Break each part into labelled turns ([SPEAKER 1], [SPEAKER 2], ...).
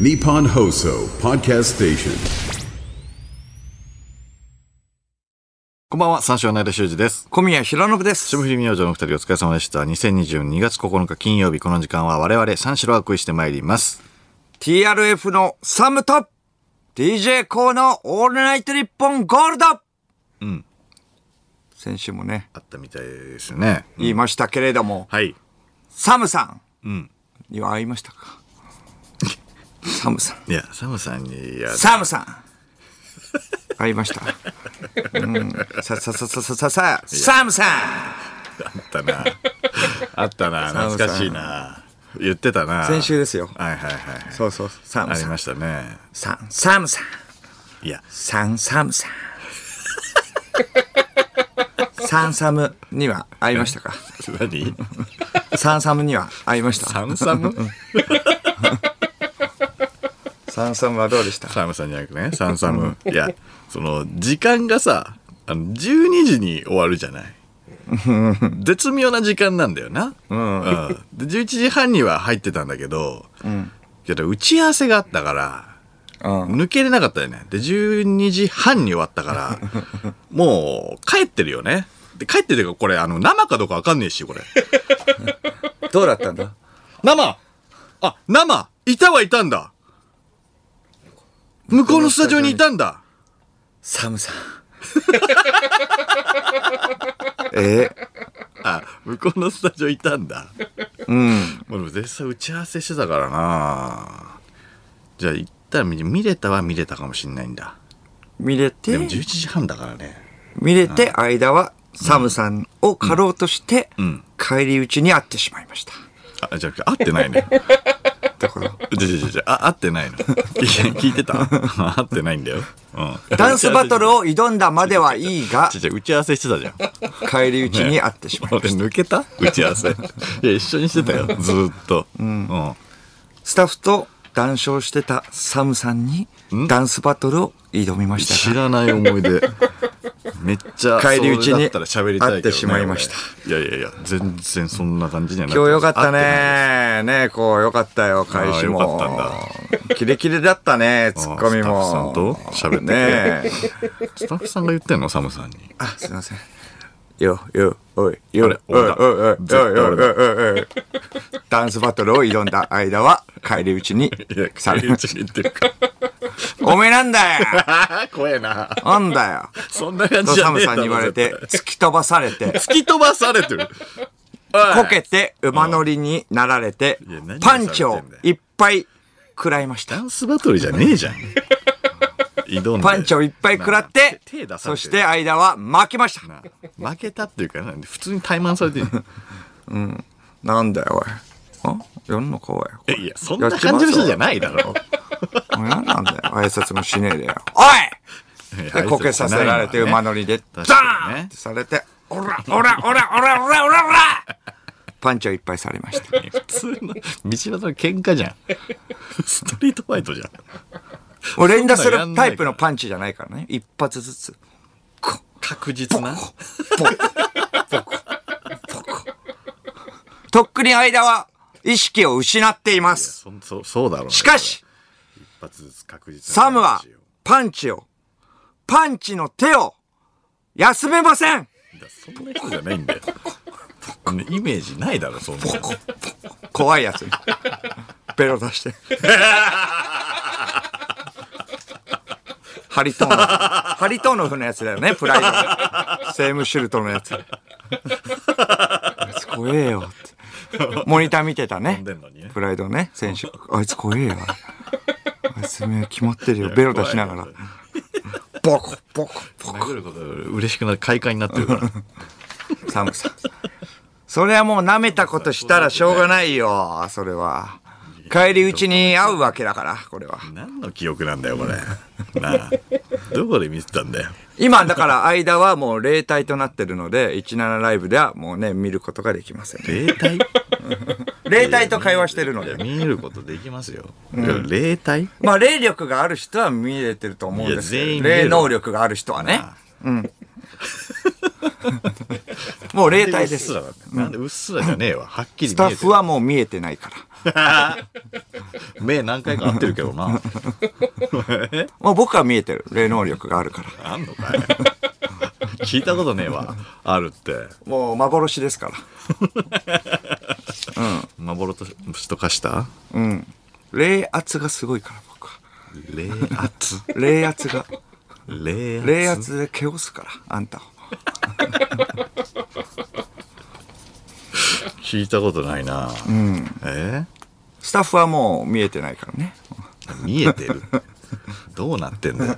[SPEAKER 1] Nippon Hoso Podcast Station.
[SPEAKER 2] こんばんは、三四郎の間修二です。
[SPEAKER 3] 小宮平信です。
[SPEAKER 2] 霜降り明星のお二人お疲れ様でした。2022年2月9日金曜日、この時間は我々三四郎が恋してまいります。
[SPEAKER 3] TRF のサムと DJ コーのオールナイトニッポンゴールドうん。先週もね、
[SPEAKER 2] あったみたいですね。
[SPEAKER 3] 言いましたけれども、
[SPEAKER 2] はい。
[SPEAKER 3] サムさんには会いましたかサムさん。
[SPEAKER 2] いや、サムさんに、いや、
[SPEAKER 3] サムさん会いました。うん。さ、さ、さ、さ、さ、さ、さ、サムさ
[SPEAKER 2] あった な。あったな。
[SPEAKER 3] サムさん
[SPEAKER 2] 懐かしいな。言ってたな。
[SPEAKER 3] ん先週ですよ。
[SPEAKER 2] はいはいはい。
[SPEAKER 3] そうそう、サム
[SPEAKER 2] あり
[SPEAKER 3] さ
[SPEAKER 2] ま
[SPEAKER 3] ん。
[SPEAKER 2] したね。
[SPEAKER 3] さん、サムさん。
[SPEAKER 2] い や、
[SPEAKER 3] サンサムさん。サンサムには会いましたか
[SPEAKER 2] 何
[SPEAKER 3] サンサムには会いました
[SPEAKER 2] サムサム
[SPEAKER 3] サンサムはどうでした
[SPEAKER 2] サムさんじゃなくてね、サンサム。いや、その、時間がさ、あの、12時に終わるじゃない。絶妙な時間なんだよな。うん。で、11時半には入ってたんだけど、けど、打ち合わせがあったから、
[SPEAKER 3] うん。
[SPEAKER 2] 抜けれなかったよね。で、12時半に終わった から、もう、帰ってるよね。で、帰ってるよ、これ、あの、生かどうかわかんねえし、これ。
[SPEAKER 3] どうだったんだ
[SPEAKER 2] 生あ、生いたはいたんだ向こうのスタジオにいたんだ
[SPEAKER 3] サム さん。え
[SPEAKER 2] あ、向こうのスタジオいたんだ。
[SPEAKER 3] うん。
[SPEAKER 2] 俺も絶賛打ち合わせしてたからなじゃあ行ったら見見れたは見れたかもしんないんだ。
[SPEAKER 3] 見れて
[SPEAKER 2] でも、11時半だからね。
[SPEAKER 3] 見れて間はサムさんを狩ろうとして、帰り討ちに会ってしまいました。
[SPEAKER 2] あ、じゃあ、合ってないね。
[SPEAKER 3] だから、
[SPEAKER 2] じゃじゃじゃあ、合ってないの。聞いてた 合ってないんだよ。うん。
[SPEAKER 3] ダンスバトルを挑んだまではいいが
[SPEAKER 2] ち、ょちょ打ち合わせしてたじゃん。
[SPEAKER 3] 帰り討ちに会ってしまいま
[SPEAKER 2] 俺
[SPEAKER 3] した。
[SPEAKER 2] 抜けた打ち合わせ。いや、一緒にしてたよ。ずーっと。うん。
[SPEAKER 3] スタッフと談笑してたサムさんにダンスバトルを挑みました
[SPEAKER 2] 知
[SPEAKER 3] が
[SPEAKER 2] らない思 い出。めっちゃ、
[SPEAKER 3] 帰り討ちに
[SPEAKER 2] そだったら喋りたいけどね
[SPEAKER 3] 会ってしまいました。
[SPEAKER 2] 俺いやいやいや、全然そんな感じじゃない。
[SPEAKER 3] 今日よかった
[SPEAKER 2] 会ってない。
[SPEAKER 3] ねねこうよかったよ開始も
[SPEAKER 2] あーよか
[SPEAKER 3] キレキレだったねツッコミも
[SPEAKER 2] あースタッフさんと喋ってて
[SPEAKER 3] ねえ
[SPEAKER 2] スタッフさんが言ってんのサムさんに。
[SPEAKER 3] あすいませんよよおいよ
[SPEAKER 2] あれ
[SPEAKER 3] おいおい
[SPEAKER 2] 俺だ
[SPEAKER 3] おいおい
[SPEAKER 2] 絶対俺だ
[SPEAKER 3] おいおいおいおいダンスバトルを挑んだ間は帰り討ち に
[SPEAKER 2] いや、
[SPEAKER 3] さ
[SPEAKER 2] 帰
[SPEAKER 3] れ
[SPEAKER 2] り討ちに言ってるか。
[SPEAKER 3] おめえなんだよ
[SPEAKER 2] ああ、怖えな。
[SPEAKER 3] なんだよ
[SPEAKER 2] そんな感
[SPEAKER 3] と
[SPEAKER 2] じじゃ
[SPEAKER 3] サ
[SPEAKER 2] ね
[SPEAKER 3] ム
[SPEAKER 2] えだ
[SPEAKER 3] さ
[SPEAKER 2] ろ
[SPEAKER 3] んに言われて
[SPEAKER 2] 絶
[SPEAKER 3] 突き飛ばされて
[SPEAKER 2] 対突き飛ばされてる。
[SPEAKER 3] こけて馬乗りになられて
[SPEAKER 2] いや何、
[SPEAKER 3] パンチをいっぱい食らいまし
[SPEAKER 2] ダ
[SPEAKER 3] た。
[SPEAKER 2] ンスバトルじゃねえじゃん。挑んで
[SPEAKER 3] パンチをいっぱい食らって
[SPEAKER 2] 手手出、され
[SPEAKER 3] そ
[SPEAKER 2] て
[SPEAKER 3] して間は負けました。
[SPEAKER 2] な負けたっていうか、普通に怠慢されてる。
[SPEAKER 3] なんだよ、おい。あやんのかお
[SPEAKER 2] い
[SPEAKER 3] い。
[SPEAKER 2] やいや、そんな感じの人じゃないだろ。
[SPEAKER 3] おい何なんだよ。挨拶もしね えでよ。お
[SPEAKER 2] いや
[SPEAKER 3] いで、こけさせられて馬乗りで、ダ
[SPEAKER 2] 確かにね
[SPEAKER 3] ーンってされて、オラオラオラオラオラオラオ ラパンチをいっぱいされました。
[SPEAKER 2] 普通の道端の喧嘩じゃん。ストリートファイトじゃん。
[SPEAKER 3] もう連打するタイプのパンチじゃないからね。一発ずつ。
[SPEAKER 2] 確実な。
[SPEAKER 3] ポコポコとっくに間は意識を失っています。
[SPEAKER 2] そそそうだろう、ね。
[SPEAKER 3] しかし、
[SPEAKER 2] 一発ずつ確実な
[SPEAKER 3] サムはパンチを、パンチの手を休めません
[SPEAKER 2] いやそんな人じゃないんだよ。ねイメージないだろ、そんな。
[SPEAKER 3] 怖いやつに。ベロ出して。 ハリトーンの、ハリトーンの船のやつだよね、プライドの。セームシュルトのやつ。あいつ怖えよって。モニター見てたね
[SPEAKER 2] んでんのにね。
[SPEAKER 3] プライドね、選手。あいつ怖えよ。あいつ目決まってるよ。ベロ出しながら。ボコボコボコ。
[SPEAKER 2] 殴ることが嬉しくなる快感になってる から。
[SPEAKER 3] 寒さん。それはもう舐めたことしたらしょうがないよ。それは。帰り討ちに会うわけだから、これは。
[SPEAKER 2] 何の記憶なんだよ、これ。なあ。どこで見てたんだよ。
[SPEAKER 3] 今、だから間はもう霊体となってるので、17ライブではもうね、見ることができません。
[SPEAKER 2] 霊体
[SPEAKER 3] 霊体と会話してるの
[SPEAKER 2] い
[SPEAKER 3] で
[SPEAKER 2] や。見ることできますよ。いや霊体
[SPEAKER 3] まあ、霊力がある人は見れてると思うんです
[SPEAKER 2] いや全員
[SPEAKER 3] け
[SPEAKER 2] 見
[SPEAKER 3] ど、
[SPEAKER 2] れる
[SPEAKER 3] 霊能力がある人はね。 うん。もう霊体です。
[SPEAKER 2] うっ
[SPEAKER 3] ス
[SPEAKER 2] らなんでうっすらじゃねえわ。はっきり見え
[SPEAKER 3] タ
[SPEAKER 2] て
[SPEAKER 3] ッ
[SPEAKER 2] る
[SPEAKER 3] フはもう見えてないから。
[SPEAKER 2] 目何回か合ってるけどな。
[SPEAKER 3] まあ僕は見えてる。霊能力があるから。
[SPEAKER 2] あんのかい 聞いたことねえわ。あるって。
[SPEAKER 3] もう幻ですから。
[SPEAKER 2] 幻としと化した
[SPEAKER 3] 霊圧がすごいから僕は。
[SPEAKER 2] 霊圧。
[SPEAKER 3] 霊 圧が。
[SPEAKER 2] 霊圧。
[SPEAKER 3] 霊圧でけおすから、あんたを。
[SPEAKER 2] 聞いたことないな。え
[SPEAKER 3] スタッフはもう見えてないからね。
[SPEAKER 2] 見えてる。どうなってんだよ。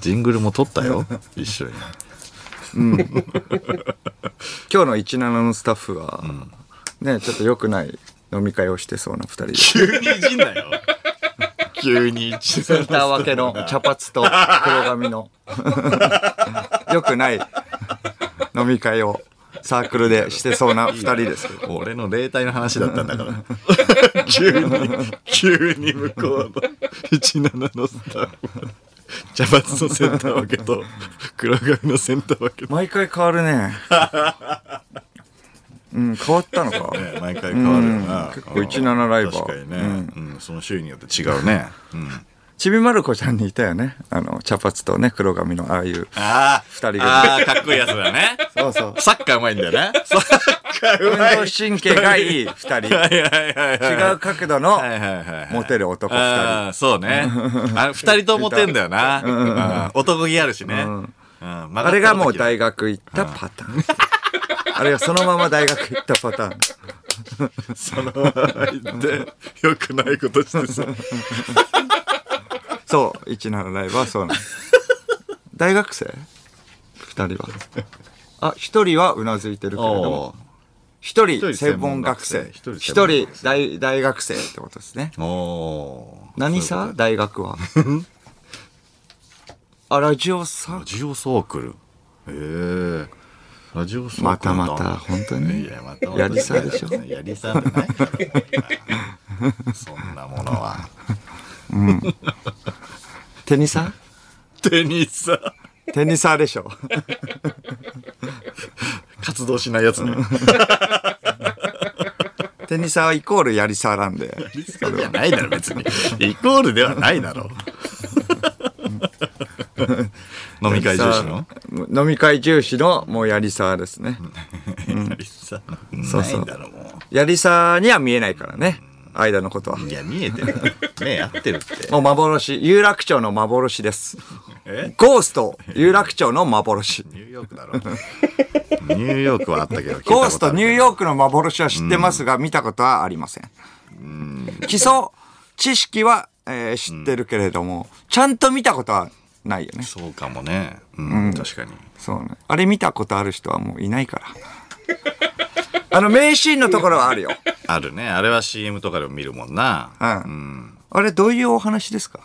[SPEAKER 2] ジングルも撮ったよ。一緒に。
[SPEAKER 3] 今日の17のスタッフは、ね、ちょっと良くない飲み会をしてそうな二 人で。
[SPEAKER 2] 急にいじんなよ。 急にいじん
[SPEAKER 3] センター分けの茶髪と黒髪の 良くない飲み会をサークルでしてそうな二人ですけど。
[SPEAKER 2] 俺の霊体の話だったんだから。 急に、急に向こうの17のスタッフ。茶髪のセンター分けと黒髪のセンター分けと
[SPEAKER 3] 毎回変わ るね。うん、変わったのか。
[SPEAKER 2] ね毎回変わるよな
[SPEAKER 3] うん結構17ライバー
[SPEAKER 2] 確かにね、うんその週によって違うね、うん、
[SPEAKER 3] ちびまる子ちゃんにいたよね。あの、茶髪とね、黒髪のああいう。
[SPEAKER 2] ああ
[SPEAKER 3] 二人組
[SPEAKER 2] ああかっこいいやつだね
[SPEAKER 3] そう そう。
[SPEAKER 2] サッカーうまいんだよねサッカーう
[SPEAKER 3] 運動
[SPEAKER 2] まい
[SPEAKER 3] 神経がいい二人。
[SPEAKER 2] はいはいはいはい
[SPEAKER 3] 違う角度の
[SPEAKER 2] はいはいはいはい
[SPEAKER 3] モテる男二
[SPEAKER 2] あーそうね。あ二人ともモテんだよな。うん男気あるしね。うん
[SPEAKER 3] 人。あれがもう
[SPEAKER 2] 大
[SPEAKER 3] 大学行ったパターン。あれがそのまま大学行ったパターン。
[SPEAKER 2] その笑いで良くないことしてさ。
[SPEAKER 3] そう、17ライブはそうなんです。大学生二人は。あ、一人はうなずいてるけれども、一人専門学生、
[SPEAKER 2] 一人
[SPEAKER 3] 一
[SPEAKER 2] 専門
[SPEAKER 3] 人
[SPEAKER 2] 学生
[SPEAKER 3] 大大学生ってことですね。
[SPEAKER 2] おお。
[SPEAKER 3] 何さ大学は。 あ、ラジオさ
[SPEAKER 2] ラジオサークル。へえ。ラジオサークル
[SPEAKER 3] またまた、本当
[SPEAKER 2] い
[SPEAKER 3] に
[SPEAKER 2] や、また。
[SPEAKER 3] やりさでしょ
[SPEAKER 2] やりさってないからなそんなものは。
[SPEAKER 3] テニサ
[SPEAKER 2] テニスさ
[SPEAKER 3] テニサーでしょ。
[SPEAKER 2] 活動しないやつね。
[SPEAKER 3] テニサーイコールやりさなんで。
[SPEAKER 2] そうじゃないだろ別に イコールではないだろ 飲み会重視の
[SPEAKER 3] 飲み会重視のもうやりさですね。
[SPEAKER 2] やりさないだろも
[SPEAKER 3] やりさには見えないからね。間のことは。
[SPEAKER 2] ういや見えて る目合ってるって
[SPEAKER 3] もう幻、有楽町の幻です。
[SPEAKER 2] え
[SPEAKER 3] ゴースト、有楽町の幻。
[SPEAKER 2] ニューヨークだろニューヨークはあったけど
[SPEAKER 3] ゴースト、ニュー
[SPEAKER 2] ー
[SPEAKER 3] ヨークの幻は知ってますが、見たことはありません。基礎知識は、えー知ってるけれども、ちゃんと見たことはないよね。
[SPEAKER 2] そうかもねうん確かに
[SPEAKER 3] そうね。あれ見たことある人はもういないから。あの名シーンのところはあるよ。
[SPEAKER 2] あるねあれは CM とかでも見るもんな
[SPEAKER 3] うん。あれどういうお話ですか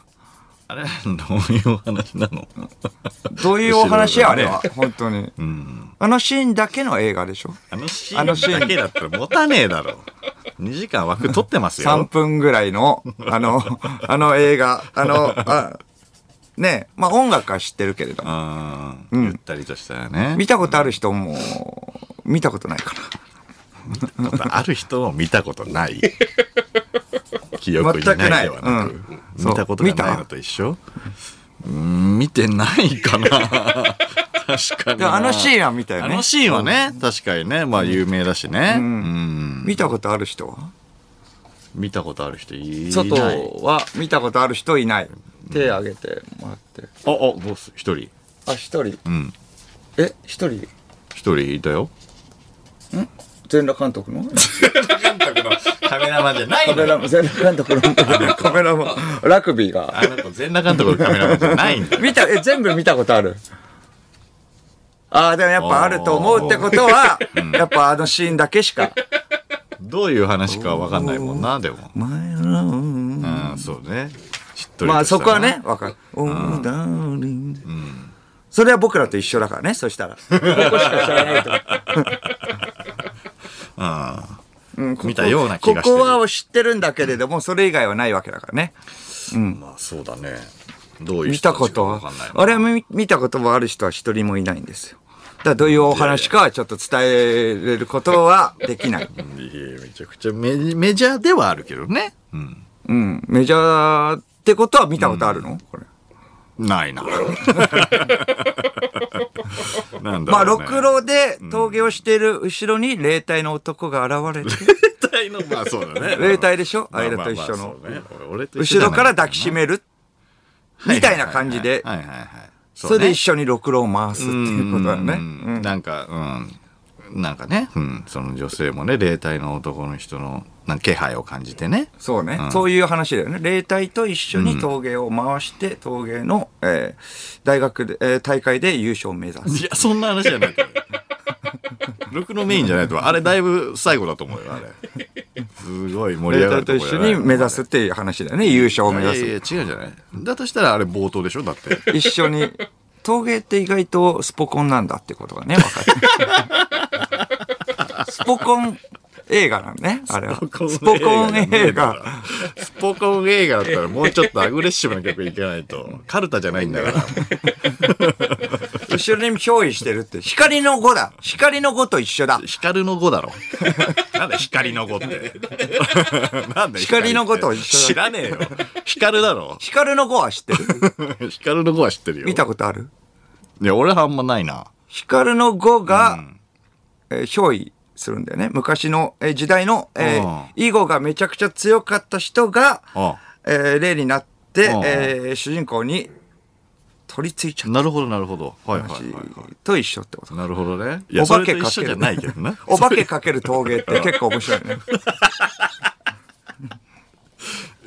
[SPEAKER 2] あれどういうお話なの
[SPEAKER 3] どういうお話や、あ
[SPEAKER 2] 後ろ
[SPEAKER 3] れ
[SPEAKER 2] がね
[SPEAKER 3] は。本当に。あのシーンだけの映画でしょ
[SPEAKER 2] あのシ
[SPEAKER 3] あのシ
[SPEAKER 2] ーン
[SPEAKER 3] ーン
[SPEAKER 2] だけだったら持たねえだろ2時間枠取ってますよ
[SPEAKER 3] 3分ぐらいの、あの、あの映画、あの、あねまあ音楽は知ってるけれど、
[SPEAKER 2] うん、ゆったりとしたらね。
[SPEAKER 3] 見たことある人も、見たことないから。
[SPEAKER 2] たことある人を見たことない。記憶に
[SPEAKER 3] 全く
[SPEAKER 2] な
[SPEAKER 3] ないい
[SPEAKER 2] ではなく。
[SPEAKER 3] うん
[SPEAKER 2] 見たことがないのと一緒うん、見てないかな。 確かに
[SPEAKER 3] でも
[SPEAKER 2] な。
[SPEAKER 3] あのシーンは見たよ
[SPEAKER 2] あ
[SPEAKER 3] ね
[SPEAKER 2] の。シーンはね、確かにね、まあ有名だしね。うん
[SPEAKER 3] 見たことある人は
[SPEAKER 2] 見たことある人いない。
[SPEAKER 3] 外
[SPEAKER 2] あ、
[SPEAKER 3] は見たことある人いない。手挙げてもらって。
[SPEAKER 2] あ、どうす一人。
[SPEAKER 3] あ、一人。
[SPEAKER 2] ん
[SPEAKER 3] え、一人
[SPEAKER 2] 一人いたよ。
[SPEAKER 3] 全裸監督の
[SPEAKER 2] カメラマンじゃない
[SPEAKER 3] カメラ マン、全裸監督のカメラマン、ラグビーが。
[SPEAKER 2] あの子、全裸監督のカメラマンじゃないんだよ。
[SPEAKER 3] 見た、え、全部見たことあるああ、でもやっぱあると思うってことは、やっぱあのシーンだけしか。
[SPEAKER 2] どういう話かわかんないもんな、でも。うん、そうね。しっとりとしたな
[SPEAKER 3] まあそこはね、わかる。Oh, darling それは僕らと一緒だからね、そしたら。ここしか知らないと思う。うんここ
[SPEAKER 2] 見たような気がしてる
[SPEAKER 3] ここは知ってるんだけれども、それ以外はないわけだからね。
[SPEAKER 2] まあそうだね。どういう
[SPEAKER 3] 見
[SPEAKER 2] 人
[SPEAKER 3] た
[SPEAKER 2] た
[SPEAKER 3] こ
[SPEAKER 2] ちか
[SPEAKER 3] と
[SPEAKER 2] わ
[SPEAKER 3] は
[SPEAKER 2] かんない、もん
[SPEAKER 3] あれは見見たこともある人は一人もいないんですよ。だからどういうお話かはちょっと伝えれることはできない。
[SPEAKER 2] いやめちゃくちゃメメジャーではあるけどね。うん。
[SPEAKER 3] うん。メジャーってことは見たことあるの、これ。
[SPEAKER 2] ない な。なんだ
[SPEAKER 3] まあ、
[SPEAKER 2] ろう、
[SPEAKER 3] ろ
[SPEAKER 2] ね。
[SPEAKER 3] くろで陶芸をしている後ろに霊体の男が現れて、
[SPEAKER 2] 霊体の、まあそうだね。
[SPEAKER 3] 霊体でしょ
[SPEAKER 2] まあ
[SPEAKER 3] あいらと一緒の
[SPEAKER 2] まあまあそうね俺と一緒だ
[SPEAKER 3] 後ろ
[SPEAKER 2] ね
[SPEAKER 3] から抱きしめる、みたいな感じで、
[SPEAKER 2] はいはいはいはいはいはい。
[SPEAKER 3] それで一
[SPEAKER 2] 緒
[SPEAKER 3] 緒にろくろを回すっていうことだよね。
[SPEAKER 2] なんか、うん。なんかね、うん。その女性もね、霊体の男の人の、なんか気配を感じてね。
[SPEAKER 3] そうね、そういう話だよね。霊体と一緒に陶芸を回して、陶芸の、えー大学で、えー大会で優勝を目指す。
[SPEAKER 2] いや、そんな話じゃ ないと思う。ろくろメインじゃないと思うあれだいぶ最後だと思うよ、あれ。すごい盛り
[SPEAKER 3] 霊
[SPEAKER 2] 上が
[SPEAKER 3] 体
[SPEAKER 2] ると
[SPEAKER 3] と
[SPEAKER 2] こ
[SPEAKER 3] 一
[SPEAKER 2] じ
[SPEAKER 3] 緒
[SPEAKER 2] ゃない
[SPEAKER 3] に目指すっていう話だよね。優勝を目
[SPEAKER 2] いや
[SPEAKER 3] 指
[SPEAKER 2] い
[SPEAKER 3] す
[SPEAKER 2] や。違うじゃない。だとしたらあれ冒頭でしょだって。
[SPEAKER 3] 一緒に。陶芸って意外とスポコンなんだってことがね、分か る。スポコン映画なんね、あれは。スポコン映画。。
[SPEAKER 2] スポコン映画だったらもうちょっとアグレッシブな曲いけないと。カルタじゃないんだから。
[SPEAKER 3] 後ろに憑依してるって。光の語だ。光の語と一緒だ。
[SPEAKER 2] 光の語だ ろ。なんで光の語って。 なんで
[SPEAKER 3] 光の語と一緒
[SPEAKER 2] 知らねえよ。光だ ろ。
[SPEAKER 3] 光の語は知って る。
[SPEAKER 2] 光の語は知ってるよ。
[SPEAKER 3] 見たことある
[SPEAKER 2] いや、俺はあんまないな。
[SPEAKER 3] 光の語が、えー憑依するんだよね。昔の、えー時代の、えー囲碁がめちゃくちゃ強かった人が、
[SPEAKER 2] あ
[SPEAKER 3] えー霊になって、
[SPEAKER 2] うん
[SPEAKER 3] えー主人公に取り付いちゃっ
[SPEAKER 2] なるほど、なるほど。はいは
[SPEAKER 3] た
[SPEAKER 2] いはい
[SPEAKER 3] 話
[SPEAKER 2] は
[SPEAKER 3] と一緒ってこと
[SPEAKER 2] い。なるほどね。い
[SPEAKER 3] お
[SPEAKER 2] や、そ
[SPEAKER 3] 化
[SPEAKER 2] れと
[SPEAKER 3] け
[SPEAKER 2] 一
[SPEAKER 3] か
[SPEAKER 2] 緒
[SPEAKER 3] け
[SPEAKER 2] じゃ
[SPEAKER 3] る
[SPEAKER 2] ないけどな。
[SPEAKER 3] お化けかける陶芸って結構面白いね。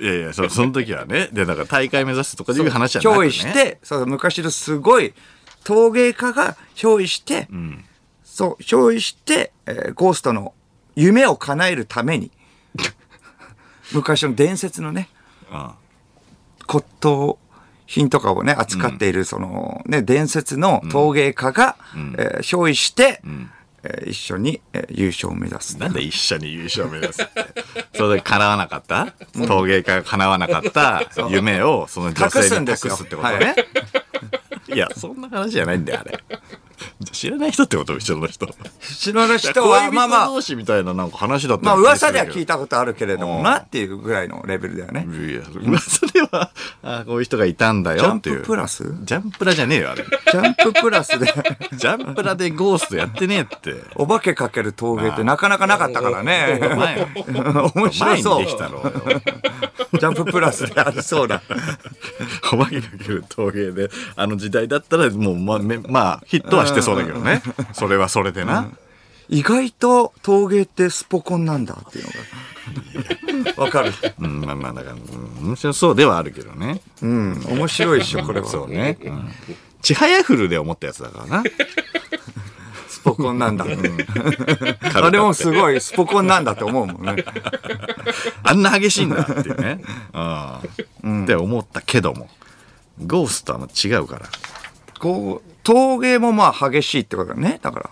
[SPEAKER 2] いやいや、そその時はね。で、だから大会目指すとかいう話じゃなく
[SPEAKER 3] 憑
[SPEAKER 2] ね。
[SPEAKER 3] 依して、そう昔のすごい陶芸家が憑依して、そう、憑依して、えーゴーストの夢を叶えるために、 昔の伝説のね、
[SPEAKER 2] あ
[SPEAKER 3] 骨董品とかをね、扱っている、その、ね、伝説の陶芸家が、えー憑依して、えー一緒に、えー優勝を目指す。
[SPEAKER 2] なんで一緒に優勝目指すって。それで叶わなかった陶芸家が叶わなかった夢をその女
[SPEAKER 3] 隠す
[SPEAKER 2] 性
[SPEAKER 3] ん
[SPEAKER 2] に
[SPEAKER 3] で
[SPEAKER 2] 隠
[SPEAKER 3] すよ
[SPEAKER 2] すってことね。いや、そんな話じゃないんだよ、あれ。知らない人ってこと一緒の人。
[SPEAKER 3] 知らない人
[SPEAKER 2] 恋
[SPEAKER 3] は、まあ
[SPEAKER 2] 人
[SPEAKER 3] まあ
[SPEAKER 2] 同、士みたいななんか話だった
[SPEAKER 3] まあ噂では聞い
[SPEAKER 2] た。
[SPEAKER 3] たことあるけれども
[SPEAKER 2] うん
[SPEAKER 3] なっていうぐらいのレベルだよね。
[SPEAKER 2] いや、噂では、あこういう人がいたんだ
[SPEAKER 3] ジャ
[SPEAKER 2] よ
[SPEAKER 3] ン
[SPEAKER 2] っていう。
[SPEAKER 3] ププラス
[SPEAKER 2] ジャンプラじゃねえよ、あれ。
[SPEAKER 3] ジャンププラスで、
[SPEAKER 2] ジャンプラでゴーストやってねえって。
[SPEAKER 3] お化けかける陶芸ってなかなかなかったから ね。
[SPEAKER 2] 前、
[SPEAKER 3] 面白
[SPEAKER 2] 前に
[SPEAKER 3] そう。
[SPEAKER 2] で
[SPEAKER 3] ジ
[SPEAKER 2] きたろ。
[SPEAKER 3] ャンププラスでありそうだ。
[SPEAKER 2] お化けかける陶芸で、あの時代だったら、もう、ま、めまあ、ヒットはしてそうだけどね。それはそれでな。
[SPEAKER 3] 意外と陶芸ってスポコンなんだっていうの が。わかる。
[SPEAKER 2] うん、まあまあ、だから、うん面白そうではあるけどね。
[SPEAKER 3] うん。面白いでしょ、これは。
[SPEAKER 2] そうね。うんちはやふるで思ったやつだから な。
[SPEAKER 3] スポコンなん だ。あれもすごいスポコンなんだって思うもんね。
[SPEAKER 2] あんな激しいんだっていう ね。うん。って思ったけども。ゴーストはもう違うから。
[SPEAKER 3] こう、陶芸もまあ激しいってことだね。だから。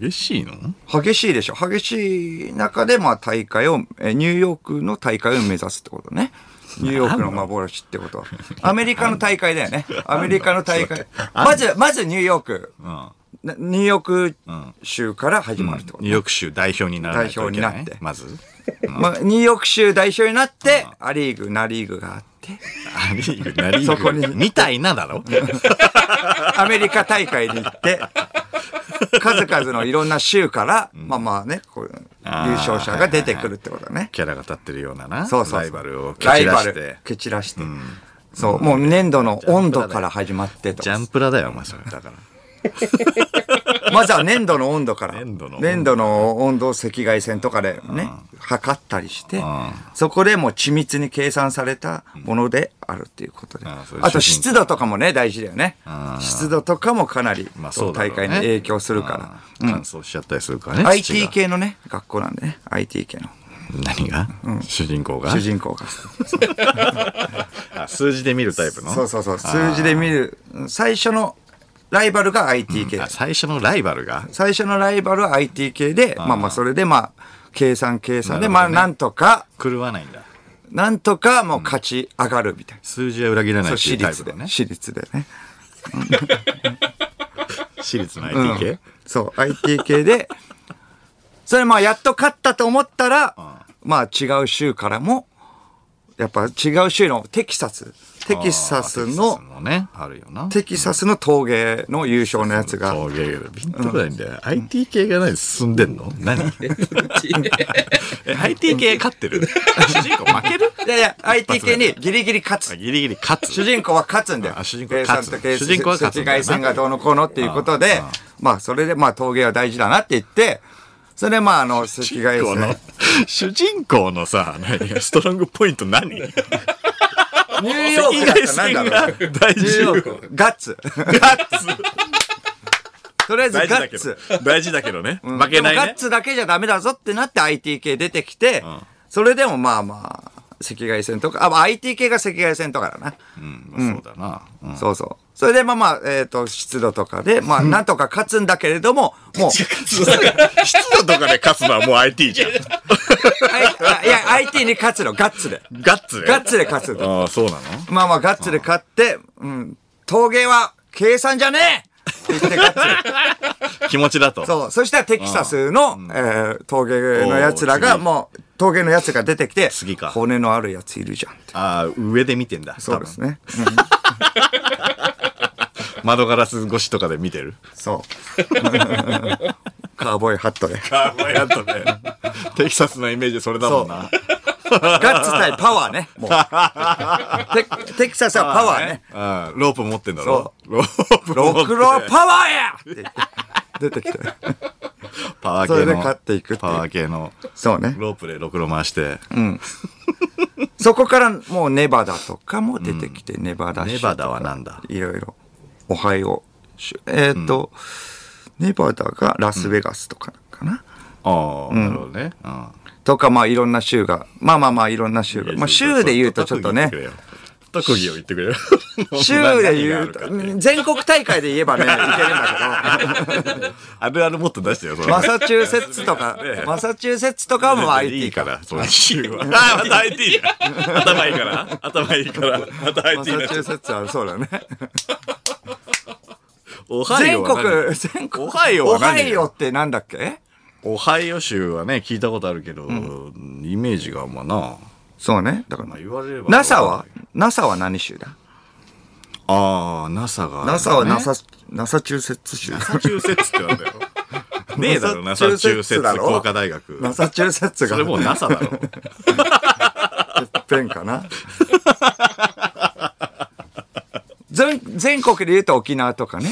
[SPEAKER 2] 激しいの
[SPEAKER 3] 激しいでしょ。激しい中で、まあ大会を、えーニューヨークの大会を目指すってこと ね。ニューヨークの幻って こと。アメリカの大会だよね。アメリカの大 会。まず、まずニューヨーク。
[SPEAKER 2] うん。
[SPEAKER 3] なニューヨーク州から始まるってこと。
[SPEAKER 2] ニューヨーク州代表にならないといけ
[SPEAKER 3] 代表
[SPEAKER 2] な
[SPEAKER 3] に
[SPEAKER 2] い
[SPEAKER 3] なって
[SPEAKER 2] まず。
[SPEAKER 3] まあ、ニューヨーク州代表になって、ア・リーグ、ナ・リーグがあって、
[SPEAKER 2] アリーグ、ナリーグ。
[SPEAKER 3] そこに
[SPEAKER 2] みたいなだろ
[SPEAKER 3] アメリカ大会に行 って、数々のいろんな州から、まあまあね、こう優勝者が出てくるってことだね。
[SPEAKER 2] キャラが立ってるようなな。
[SPEAKER 3] そうそうそう
[SPEAKER 2] ライバルを蹴散らし
[SPEAKER 3] ライバ
[SPEAKER 2] て
[SPEAKER 3] ル。蹴散らして。そう、もう粘土の温度から始まってと
[SPEAKER 2] ジャンプラだよ、お前それ。 だから。
[SPEAKER 3] まずは粘土の温度から。
[SPEAKER 2] 粘土の
[SPEAKER 3] 粘土の温度を赤外線とかでね、測ったりして、そこでもう緻密に計算されたものであるっていうことで。
[SPEAKER 2] ああそういう
[SPEAKER 3] あと
[SPEAKER 2] 写真
[SPEAKER 3] 湿度とかもね、大事だよね
[SPEAKER 2] あ。あ
[SPEAKER 3] 湿度とかもかなり
[SPEAKER 2] まあそうだろう
[SPEAKER 3] 大
[SPEAKER 2] ね
[SPEAKER 3] 会に影響するか
[SPEAKER 2] うん乾燥しちゃったりするからね。
[SPEAKER 3] ら。
[SPEAKER 2] 土
[SPEAKER 3] IT
[SPEAKER 2] が
[SPEAKER 3] 系のね、学校なんでね、IT 系の
[SPEAKER 2] 何が主人公が
[SPEAKER 3] 主人公が。
[SPEAKER 2] あ数字で見るタイプの
[SPEAKER 3] そうそうそう、数字で見る、最初のライバルが IT 系。
[SPEAKER 2] あ最初のライバルが。
[SPEAKER 3] 最初のライバルは IT 系で、まあまあそれでまあ、計算計算で、まあなんとか、
[SPEAKER 2] 狂わないんだ。
[SPEAKER 3] なんとかもう勝ち上がるみたいな。
[SPEAKER 2] 数字は裏切らない
[SPEAKER 3] そう、
[SPEAKER 2] っていう
[SPEAKER 3] 私
[SPEAKER 2] タイ
[SPEAKER 3] 立
[SPEAKER 2] プ
[SPEAKER 3] で
[SPEAKER 2] だね。
[SPEAKER 3] 私立でね。
[SPEAKER 2] 私立の IT 系
[SPEAKER 3] そう、IT 系で、 それまあやっと勝ったと思ったら、まあ違う州からも、やっぱ違う州のテキサス。テキサス
[SPEAKER 2] あー
[SPEAKER 3] の
[SPEAKER 2] テキサス、もね、あるよな。
[SPEAKER 3] テキサスの陶芸の優勝のやつが。
[SPEAKER 2] そういやいやピンとこないんだよ。IT 系が何進んでんの 何え ?IT 系勝って る主人公負ける
[SPEAKER 3] いやいや、IT 系にギリギリ勝
[SPEAKER 2] あ
[SPEAKER 3] つ。
[SPEAKER 2] ギリギリ勝つ。
[SPEAKER 3] 主人公は勝つんだよ。
[SPEAKER 2] あ主人公は勝つ
[SPEAKER 3] 計算と計
[SPEAKER 2] 主人公は勝つんだよな
[SPEAKER 3] 赤外線がどうのこうのっていうことで、まあ、それで、まあ、陶芸は大事だなって言って、それで、まあ、あの、赤
[SPEAKER 2] 主
[SPEAKER 3] 外
[SPEAKER 2] 人公の
[SPEAKER 3] 線。、
[SPEAKER 2] 主人公のさ、何ストロングポイント何ニュ
[SPEAKER 3] ニュー
[SPEAKER 2] ー
[SPEAKER 3] ヨークだったらなんだろ
[SPEAKER 2] 大
[SPEAKER 3] う。ニュー
[SPEAKER 2] 事
[SPEAKER 3] ヨーク。ガッツ。とりあえずガ
[SPEAKER 2] 大事だ
[SPEAKER 3] ッ
[SPEAKER 2] け
[SPEAKER 3] ツ
[SPEAKER 2] ど。。大事だけどね。負け
[SPEAKER 3] でも
[SPEAKER 2] ない
[SPEAKER 3] ガッ
[SPEAKER 2] ね。
[SPEAKER 3] ツだけじゃダメだぞってなって IT 系出てきて、それでもまあまあ、赤外線とか、あ、まあ IT 系が赤外線とかだな。
[SPEAKER 2] うんまあそうだな。うん
[SPEAKER 3] そうそう。それでまあまあ、えっ、と、湿度とかで、まあ、なんとか勝つんだけれども、もう、
[SPEAKER 2] 湿度とかで勝つのはもう IT じゃん。
[SPEAKER 3] あいいや、IT に勝つの、ガッツで。
[SPEAKER 2] ガッツで。
[SPEAKER 3] ガッツで勝つの。
[SPEAKER 2] ああ、そうなの
[SPEAKER 3] まあまあ、ガッツで勝って、うん、陶芸は計算じゃねえって言ってガッツで。
[SPEAKER 2] 気持ちだと。
[SPEAKER 3] そう。そしたらテキサスの、えー陶芸の奴ら
[SPEAKER 2] おー
[SPEAKER 3] が、
[SPEAKER 2] 次
[SPEAKER 3] もう、陶芸の奴が出てきて、
[SPEAKER 2] 次か
[SPEAKER 3] 骨のあるやついるじゃんって。
[SPEAKER 2] ああ、上で見てんだ。
[SPEAKER 3] そうですね。
[SPEAKER 2] 多分窓ガラス越しとかで見てる。
[SPEAKER 3] そう。カーボーイハットで。
[SPEAKER 2] ああ、やっとね。 テキサスのイメージそれだもんな。
[SPEAKER 3] ガッツ対パワーね。もう。テテキサスはパワ ーね。
[SPEAKER 2] ああロープ持ってんだろ。ロープ
[SPEAKER 3] ロ
[SPEAKER 2] 持って
[SPEAKER 3] ックローパワーやって言って出て きて。
[SPEAKER 2] パワー系の。
[SPEAKER 3] それで勝っていくって
[SPEAKER 2] パ
[SPEAKER 3] い
[SPEAKER 2] ワ
[SPEAKER 3] う
[SPEAKER 2] ー。系の。
[SPEAKER 3] そうね。
[SPEAKER 2] ロープでろくろ回して。
[SPEAKER 3] そこからもうネバダとかも出てきて、ネバダ州
[SPEAKER 2] ネ
[SPEAKER 3] とか
[SPEAKER 2] バダはなんだ
[SPEAKER 3] いろいろ。オハイオ州。えっ、と、ネバダがラスベガスとかかな。
[SPEAKER 2] ああ、なるほどね。うん
[SPEAKER 3] とか、まあいろんな州が。まあまあまあいろんな州が。まあ州で言うとちょっとね。。
[SPEAKER 2] 特技を言ってくれよ。
[SPEAKER 3] 州で言うと、 全国大会で言えばね、いけるんだけど。
[SPEAKER 2] あるあるもっと出してよ、 それ
[SPEAKER 3] マサチューセッツとか、マサチューセッツとかも IT
[SPEAKER 2] いいから、その週は。ああ、また IT じゃん。頭いいから。頭いいから。また
[SPEAKER 3] マ
[SPEAKER 2] IT にな
[SPEAKER 3] サ
[SPEAKER 2] っ
[SPEAKER 3] チ
[SPEAKER 2] ち
[SPEAKER 3] ュ
[SPEAKER 2] ゃ
[SPEAKER 3] ー
[SPEAKER 2] う。
[SPEAKER 3] セッツはそうだね。
[SPEAKER 2] オハイ
[SPEAKER 3] 全
[SPEAKER 2] オは何
[SPEAKER 3] 国、全国。
[SPEAKER 2] オハイオは
[SPEAKER 3] オハ
[SPEAKER 2] 何
[SPEAKER 3] イオってなんだっけ
[SPEAKER 2] オハイオ州はね、聞いたことあるけど、イメージがあんまな。
[SPEAKER 3] そうね。だから
[SPEAKER 2] まあ、言われれば。
[SPEAKER 3] NASA は ?NASA は何州だ
[SPEAKER 2] ああ、NASA があるんだね。
[SPEAKER 3] ?NASA は NASA、NASA 中節 州。
[SPEAKER 2] サチューセッツってなんだよ。 ねえだ ろ、ナサチューセッツ工科大学。
[SPEAKER 3] NASA 中節
[SPEAKER 2] そ
[SPEAKER 3] が
[SPEAKER 2] れもう NASA だろ。
[SPEAKER 3] てっぺんかな。 全全国で言うと沖縄とかね。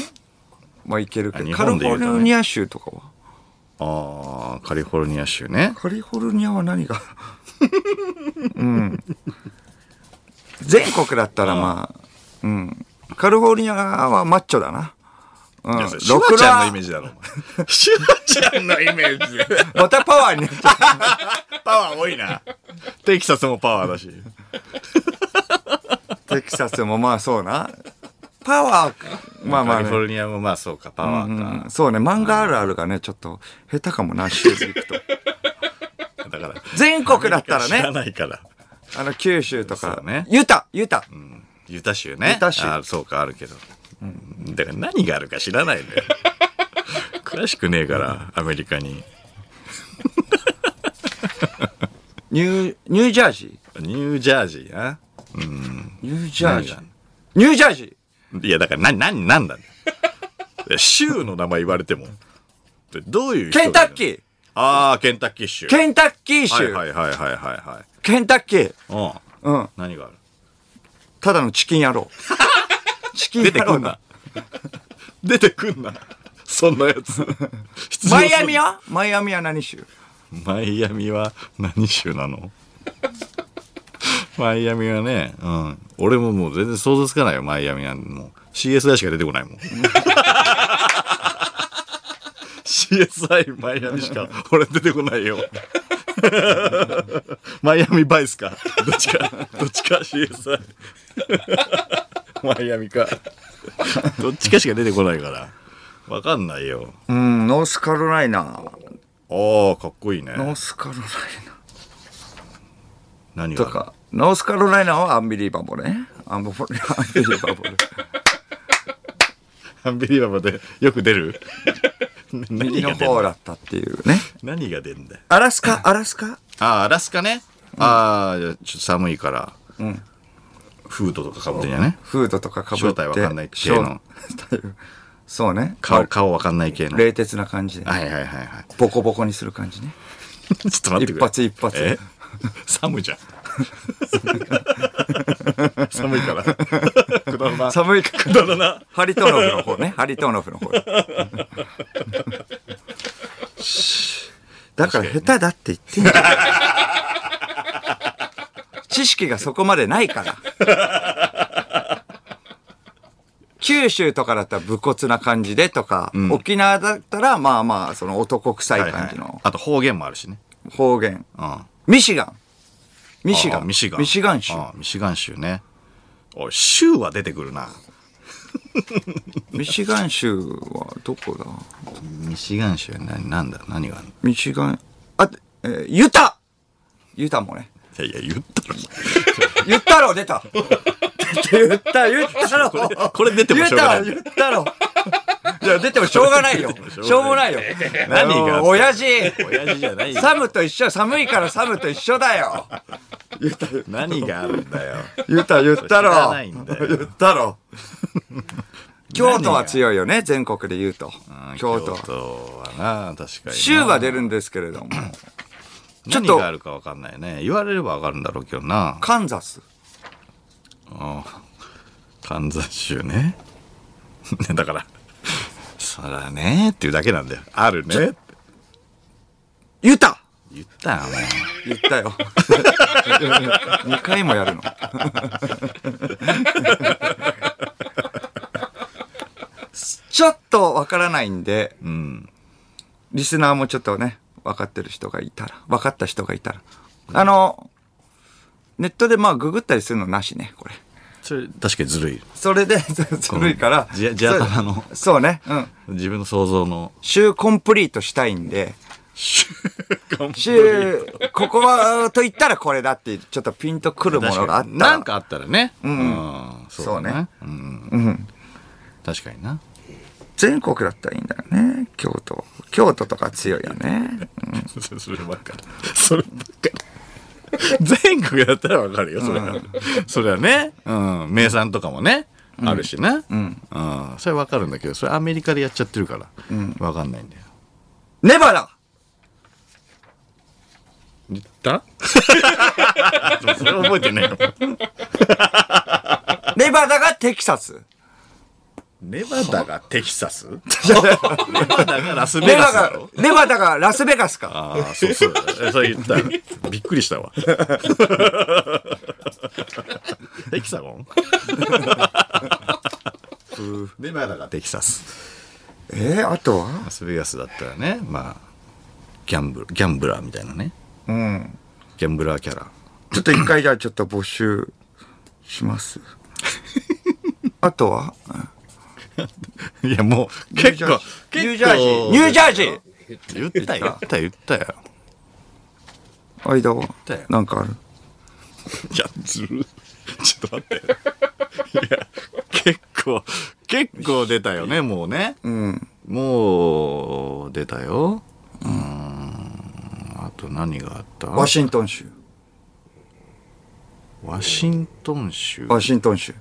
[SPEAKER 3] まあいけるけ
[SPEAKER 2] あ
[SPEAKER 3] ど。
[SPEAKER 2] 日
[SPEAKER 3] カリフ
[SPEAKER 2] 本で言
[SPEAKER 3] ォ
[SPEAKER 2] うとね
[SPEAKER 3] ルニア州とかは
[SPEAKER 2] ああ、カリフォルニア州ね。
[SPEAKER 3] カリフォルニアは何が うん。全国だったらまあ、うん。カリフォルニアはマッチョだな。うん。
[SPEAKER 2] いやそれシュワちゃんのイメージだろ、お前。 シュワちゃんのイメージ。
[SPEAKER 3] またパワーになっちゃう
[SPEAKER 2] パワー多いな。テキサスもパワーだし。
[SPEAKER 3] テキサスもまあそうな。パワー、まあま
[SPEAKER 2] カ
[SPEAKER 3] あ
[SPEAKER 2] リフォ
[SPEAKER 3] ね。
[SPEAKER 2] ルニアもまあそうか、パワーか。
[SPEAKER 3] そうね、漫画あるあるがね、ちょっと下手かもな、シューズ行くと。
[SPEAKER 2] だから。
[SPEAKER 3] 全国だったら
[SPEAKER 2] 知ら
[SPEAKER 3] ね、
[SPEAKER 2] ないから。
[SPEAKER 3] あの九州と
[SPEAKER 2] そ
[SPEAKER 3] か
[SPEAKER 2] う、ね
[SPEAKER 3] ユタ、ユタ。
[SPEAKER 2] ユタ州ね。
[SPEAKER 3] ユタ州
[SPEAKER 2] あそうか、あるけど。だから何があるか知らないんだよ。 詳しくねえから、アメリカに。
[SPEAKER 3] ニュー、ニュージャージ
[SPEAKER 2] ニュージャージーな。
[SPEAKER 3] ーニュージャージ
[SPEAKER 2] 何
[SPEAKER 3] ー。ニュージャージー
[SPEAKER 2] いや、だから、な、な、なんだよいや州の名前言われても。でどういう人が
[SPEAKER 3] ケンタッキー
[SPEAKER 2] ああ、ケンタッキー州。
[SPEAKER 3] ケンタッキー州、
[SPEAKER 2] はいはいはいはいは
[SPEAKER 3] ケンタッキー。
[SPEAKER 2] いはい。うん。
[SPEAKER 3] うん。
[SPEAKER 2] 何がある
[SPEAKER 3] ただのチキン野 郎。チキン
[SPEAKER 2] 出て
[SPEAKER 3] 野
[SPEAKER 2] く
[SPEAKER 3] 郎
[SPEAKER 2] んな
[SPEAKER 3] だ。。
[SPEAKER 2] 出てくんな。そんなや つ。出場
[SPEAKER 3] マ
[SPEAKER 2] する
[SPEAKER 3] イアミはマイアミは何州
[SPEAKER 2] マイアミは何州なの マイアミはね、うん。俺ももう全然想像つかないよ、マイアミは。もう CSI しか出てこないもん。CSI マイアミしか俺出てこないよ。 マイアミバイスか。どっちか、どっちか CSI。マイアミか。どっちかしか出てこないから。わかんないよ。
[SPEAKER 3] うん、ノースカロライナ。
[SPEAKER 2] ああ、かっこいいね。
[SPEAKER 3] ノースカロライナ。
[SPEAKER 2] 何が
[SPEAKER 3] とか、ノースカロライナはアンビリーバボーね。アンボアンビリーバボ ー。
[SPEAKER 2] アンビリバボーでよく出 る何
[SPEAKER 3] 右
[SPEAKER 2] が
[SPEAKER 3] の
[SPEAKER 2] 出ん
[SPEAKER 3] 方
[SPEAKER 2] だ
[SPEAKER 3] だったっていうね。
[SPEAKER 2] 何が出んだよ
[SPEAKER 3] アラスカ、アラスカ
[SPEAKER 2] あーアラスカね、ああちょっと寒いからフードとかかぶってんやね。
[SPEAKER 3] フードとかかぶって。
[SPEAKER 2] 正体わかんない系の
[SPEAKER 3] 正体そうね。
[SPEAKER 2] 顔、顔わかんない系の。はい
[SPEAKER 3] 冷徹な感じで、
[SPEAKER 2] はいはいはい。
[SPEAKER 3] ボコボコにする感じね。
[SPEAKER 2] ちょっと待ってくれ。
[SPEAKER 3] 一発一発
[SPEAKER 2] えサムじゃ ん。寒いから。くだらな。
[SPEAKER 3] 寒いか
[SPEAKER 2] くだらな。
[SPEAKER 3] ハリトーノフの方ね。ハリトーノフの方。だから下手だって言ってんじゃん。知識がそこまでないから。九州とかだったら武骨な感じでとか、沖縄だったらまあまあその男臭い感じ
[SPEAKER 2] はいはい
[SPEAKER 3] の
[SPEAKER 2] あと方言もあるしね。
[SPEAKER 3] 方言。
[SPEAKER 2] うん。
[SPEAKER 3] ミシガン。ミシガ
[SPEAKER 2] あ
[SPEAKER 3] ン。
[SPEAKER 2] ミシガン。
[SPEAKER 3] ミシガン州。
[SPEAKER 2] あミシガン州ね。おい、州は出てくるな。
[SPEAKER 3] ミシガン州はどこだ
[SPEAKER 2] ミシガン州は何なんだ何があるの
[SPEAKER 3] ミシガン、あ、えーユタユタもね。
[SPEAKER 2] いやいや、言ったら。
[SPEAKER 3] 言ったろ出た言った言ったろ
[SPEAKER 2] これこれ出てもしょうがない
[SPEAKER 3] 言ったろ言ったろいや出てもしょうがないよしょうもないよ
[SPEAKER 2] 何が
[SPEAKER 3] あの親父
[SPEAKER 2] 親父じゃないよ
[SPEAKER 3] サムと一緒寒いからサムと一緒だよ
[SPEAKER 2] 何があるんだ よ。
[SPEAKER 3] 言った言った
[SPEAKER 2] 知ら
[SPEAKER 3] ろ
[SPEAKER 2] ないんだよ
[SPEAKER 3] 言ったろ京都は強いよね全国で言うと
[SPEAKER 2] うん
[SPEAKER 3] 京都は
[SPEAKER 2] 京都はな、確かにな。
[SPEAKER 3] 州は出るんですけれど もちょっ
[SPEAKER 2] 何があ
[SPEAKER 3] と
[SPEAKER 2] るか分かんないね。言われれば分かるんだろうけどな。
[SPEAKER 3] カンザス
[SPEAKER 2] カンザス州ね。 ねだから、そらねっていうだけなんだよ。あるねって
[SPEAKER 3] ユタ
[SPEAKER 2] 言ったよ、お前。
[SPEAKER 3] 言った よ。2回もやるの。ちょっとわからないんで、リスナーもちょっとね、分かってる人がいたら、分かった人がいたら。あの、ネットでまあググったりするのなしね、これ。
[SPEAKER 2] それ、確かにずるい。
[SPEAKER 3] それで、ずるいから。
[SPEAKER 2] じゃじゃああの
[SPEAKER 3] そそうね、うん。
[SPEAKER 2] 自分の想像の。
[SPEAKER 3] 週コンプリートしたいんで、
[SPEAKER 2] コンプリー
[SPEAKER 3] 週、ここは、と言ったらこれだって、ちょっとピンとくる
[SPEAKER 2] ト
[SPEAKER 3] ものがあったら。
[SPEAKER 2] なんかあったらね。うん。
[SPEAKER 3] そうね。
[SPEAKER 2] うん。確かにな。
[SPEAKER 3] 全国だったらいいんだよね京都京都とか強いよね
[SPEAKER 2] そればっかり。そればっかり。全国だったらわかるよ、それは。それはね。うん。名産とかもね。あるしな。うん。それわかるんだけど、それアメリカでやっちゃってるから。わかんないんだよ。
[SPEAKER 3] ネバダ
[SPEAKER 2] 言ったそれ覚えてないよ。
[SPEAKER 3] ネバダがテキサス
[SPEAKER 2] ネバダがテキサスネバダがラスベ
[SPEAKER 3] ネ
[SPEAKER 2] ガ
[SPEAKER 3] バ
[SPEAKER 2] スだ
[SPEAKER 3] ダ
[SPEAKER 2] ろ
[SPEAKER 3] がネバダがラスベガスか
[SPEAKER 2] ああ、そうそう。えそれ言った。びっくりしたわ。テキサ ゴンネバダがテキサス。
[SPEAKER 3] えー、あとは
[SPEAKER 2] ラスベガスだったらね、まあ、ギャンブル、ギャンブラーみたいなね。
[SPEAKER 3] うん
[SPEAKER 2] ギャンブラーキャラ。
[SPEAKER 3] ちょっと一回じゃあちょっと募集します あとはい
[SPEAKER 2] や、もう、結構、
[SPEAKER 3] ニュージャージーニュージャージー
[SPEAKER 2] ー言った、言った、言ったよ。
[SPEAKER 3] 間は
[SPEAKER 2] たよ
[SPEAKER 3] なんかある
[SPEAKER 2] いや、ずる。 ちょっと待 って。いや、結構、結構出たよね、もうね。
[SPEAKER 3] うん
[SPEAKER 2] もう、出たよ。うーん。あと何があった
[SPEAKER 3] ワシントン州
[SPEAKER 2] ワシントン州。
[SPEAKER 3] ワシントン州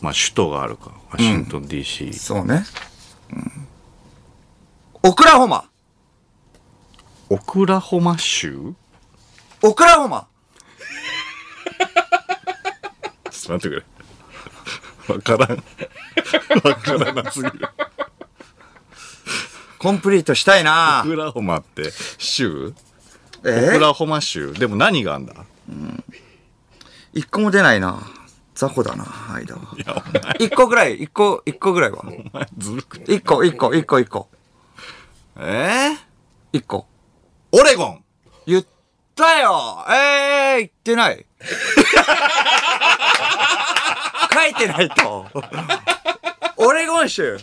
[SPEAKER 2] まあ、首都があるか。ワシントン DC。
[SPEAKER 3] そうね、うん、オクラホマ
[SPEAKER 2] オクラホマ州
[SPEAKER 3] オクラホマ
[SPEAKER 2] ちょっと待ってくれ。わからん。わからなすぎる。
[SPEAKER 3] コンプリートしたいな
[SPEAKER 2] オクラホマって州
[SPEAKER 3] え
[SPEAKER 2] オ
[SPEAKER 3] ー
[SPEAKER 2] クラホマ州。でも何があんだ
[SPEAKER 3] 一個も出ないな。雑魚だな、間は。一個ぐらい、一個、一個ぐらいは。
[SPEAKER 2] お前ずるくね
[SPEAKER 3] 一個、一個、一個、一個。
[SPEAKER 2] えー、
[SPEAKER 3] 一個。
[SPEAKER 2] オレゴン
[SPEAKER 3] 言ったよえー、言ってない。 書いてないと。オレゴン州。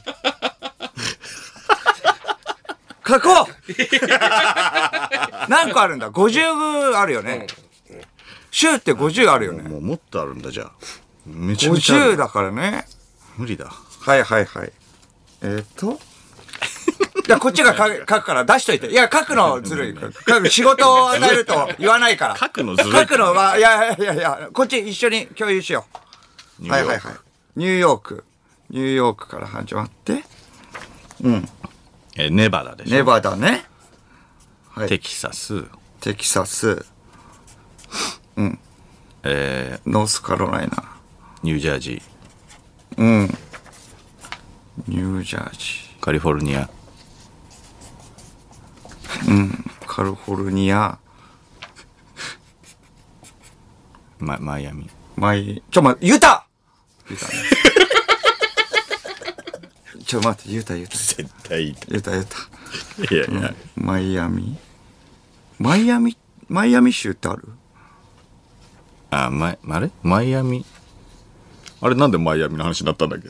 [SPEAKER 3] 書 こう何個あるんだ ?50 あるよね。州って50あるよね。
[SPEAKER 2] もうもっとあるんだじゃあめちゃめちゃあ
[SPEAKER 3] 50
[SPEAKER 2] る
[SPEAKER 3] だからね。
[SPEAKER 2] 無理だ
[SPEAKER 3] はいはいはい。えーっと、やこっちが書く書くから出しといて。いや、書くの ずるい。書く仕事を与えると言わないから。
[SPEAKER 2] 書くのずるい
[SPEAKER 3] 書くのは、いやいやいや、こっち一緒に共有しよう。
[SPEAKER 2] ニュー
[SPEAKER 3] はい
[SPEAKER 2] ヨ
[SPEAKER 3] はい
[SPEAKER 2] ーク
[SPEAKER 3] はい。ニューヨーク。ニューヨークから始まって、
[SPEAKER 2] えーネバダでし
[SPEAKER 3] ネ
[SPEAKER 2] ょ
[SPEAKER 3] バダね、
[SPEAKER 2] テキサス
[SPEAKER 3] テキサス、
[SPEAKER 2] えー
[SPEAKER 3] ノースカロライナ、
[SPEAKER 2] ニュージャージー
[SPEAKER 3] ニュージャージ
[SPEAKER 2] カリフォルニア
[SPEAKER 3] ー、カリフォルニア、
[SPEAKER 2] ママイアミ
[SPEAKER 3] マイ、ちょ、待って、ユタユ タね。ちょ、待って、ユタ、ユタ、
[SPEAKER 2] 絶対いい
[SPEAKER 3] ユタ、ユタ。
[SPEAKER 2] いやいや
[SPEAKER 3] マイアミマイアミマイアミ州ってある
[SPEAKER 2] あまあれマイアミあれなんでマイアミの話になったんだっけ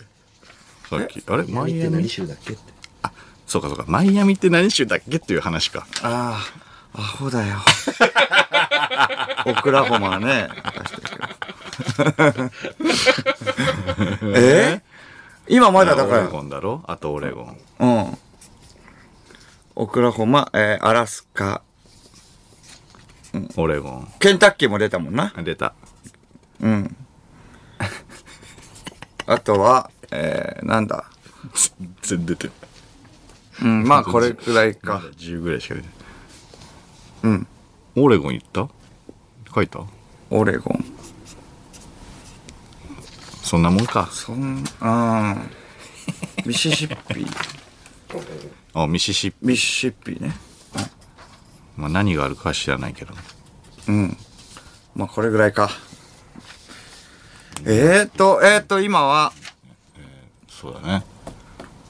[SPEAKER 2] さっきあれマ
[SPEAKER 4] マイ
[SPEAKER 2] イ
[SPEAKER 4] って
[SPEAKER 2] アミ
[SPEAKER 4] 何州だっけって。
[SPEAKER 2] そうかそうかマイアミって何州だっけっていう話か
[SPEAKER 3] ああ、アホだよ。オクラホマね。出してるけど え今まだだ
[SPEAKER 2] オレ
[SPEAKER 3] か
[SPEAKER 2] ゴンだろあとオレゴン
[SPEAKER 3] ら。うん。オクラホマ、えーアラスカ、
[SPEAKER 2] オレゴン
[SPEAKER 3] ケンタッキーも出たもんな。
[SPEAKER 2] 出た
[SPEAKER 3] あとは、えーなんだ。
[SPEAKER 2] 全然出てる
[SPEAKER 3] うん、まあこれくらい
[SPEAKER 2] ま
[SPEAKER 3] か
[SPEAKER 2] だ。10ぐらいしか出てないうんオレゴン行った書いた
[SPEAKER 3] オレゴン。
[SPEAKER 2] そんなもんか
[SPEAKER 3] そん、あーミシシッ ピ、
[SPEAKER 2] あミシシッピ、
[SPEAKER 3] ミシシッピね。
[SPEAKER 2] まあ、何があるかは知らないけど
[SPEAKER 3] まあこれぐらいか。えーと、えーと、今は、
[SPEAKER 2] そうだね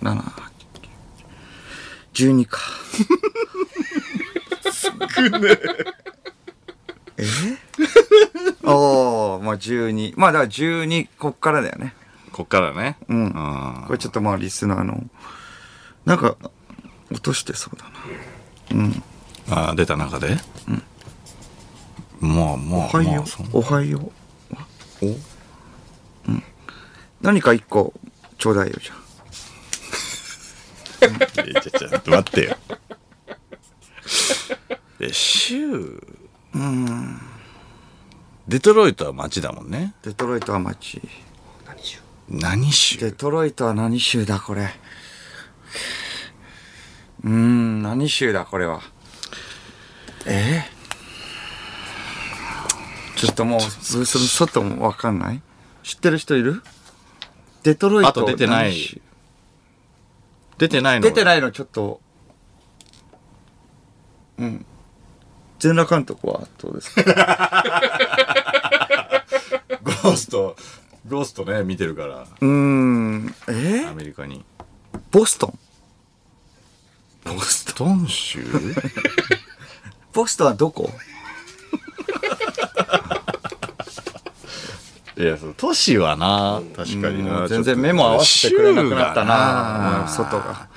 [SPEAKER 3] 7、12か。少ねえ。おー、まあ12。まあだから12、こっからだよね。
[SPEAKER 2] こっからねうん
[SPEAKER 3] これちょっとまあリスナーの、なんか、落としてそうだな。
[SPEAKER 2] あー出た中で、もうも
[SPEAKER 3] お
[SPEAKER 2] う
[SPEAKER 3] は
[SPEAKER 2] も
[SPEAKER 3] よ
[SPEAKER 2] うそん
[SPEAKER 3] う。おはよう。うん。何か一個、ちょうだいよ、じゃあ。
[SPEAKER 2] えちょちょっと待って よえ州うんデトロイトは町だもんね
[SPEAKER 3] デトロイトは街。
[SPEAKER 4] 何州
[SPEAKER 2] 何州
[SPEAKER 3] デトロイトは何州だこれうーん何州だこれはえーちょっともうブースの外も分かんない知ってる人いるデトロイト
[SPEAKER 2] あと出てない
[SPEAKER 3] 何州
[SPEAKER 2] 出てないの
[SPEAKER 3] 出てないのちょっとうん全裸監督はどうですか
[SPEAKER 2] ゴーストゴーストね見てるから
[SPEAKER 3] うーんえー
[SPEAKER 2] アメリカに
[SPEAKER 3] ボストン
[SPEAKER 2] ボストン州
[SPEAKER 3] ボストンはどこ
[SPEAKER 2] いやそう都市はな確かに
[SPEAKER 3] も
[SPEAKER 2] な
[SPEAKER 3] う全然目も合わせてくれなくなったなうん
[SPEAKER 2] 外
[SPEAKER 3] 外が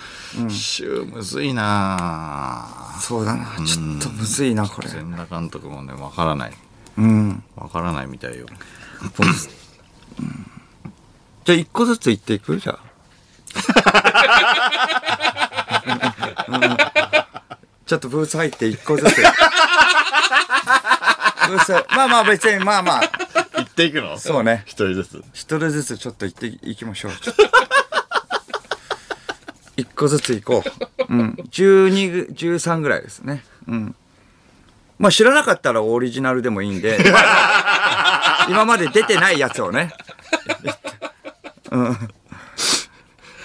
[SPEAKER 2] 州むずいな
[SPEAKER 3] そうだなちょっとむずいなこれ
[SPEAKER 2] 全裸監督もねわからない
[SPEAKER 3] うん
[SPEAKER 2] わからないみたいよ
[SPEAKER 3] じゃあ一個ずつ言っていくじゃあ うんちょっとブース入って一個ずつブースまあまあ別にまあまあ
[SPEAKER 2] 行っていくの
[SPEAKER 3] そうね
[SPEAKER 2] 一人ずつ
[SPEAKER 3] 一人ずつちょっと行っていきましょう ちょっと一個ずつ行こう、うん、12ぐ13ぐらいですねうんまあ知らなかったらオリジナルでもいいんで 今まで出てないやつをねうん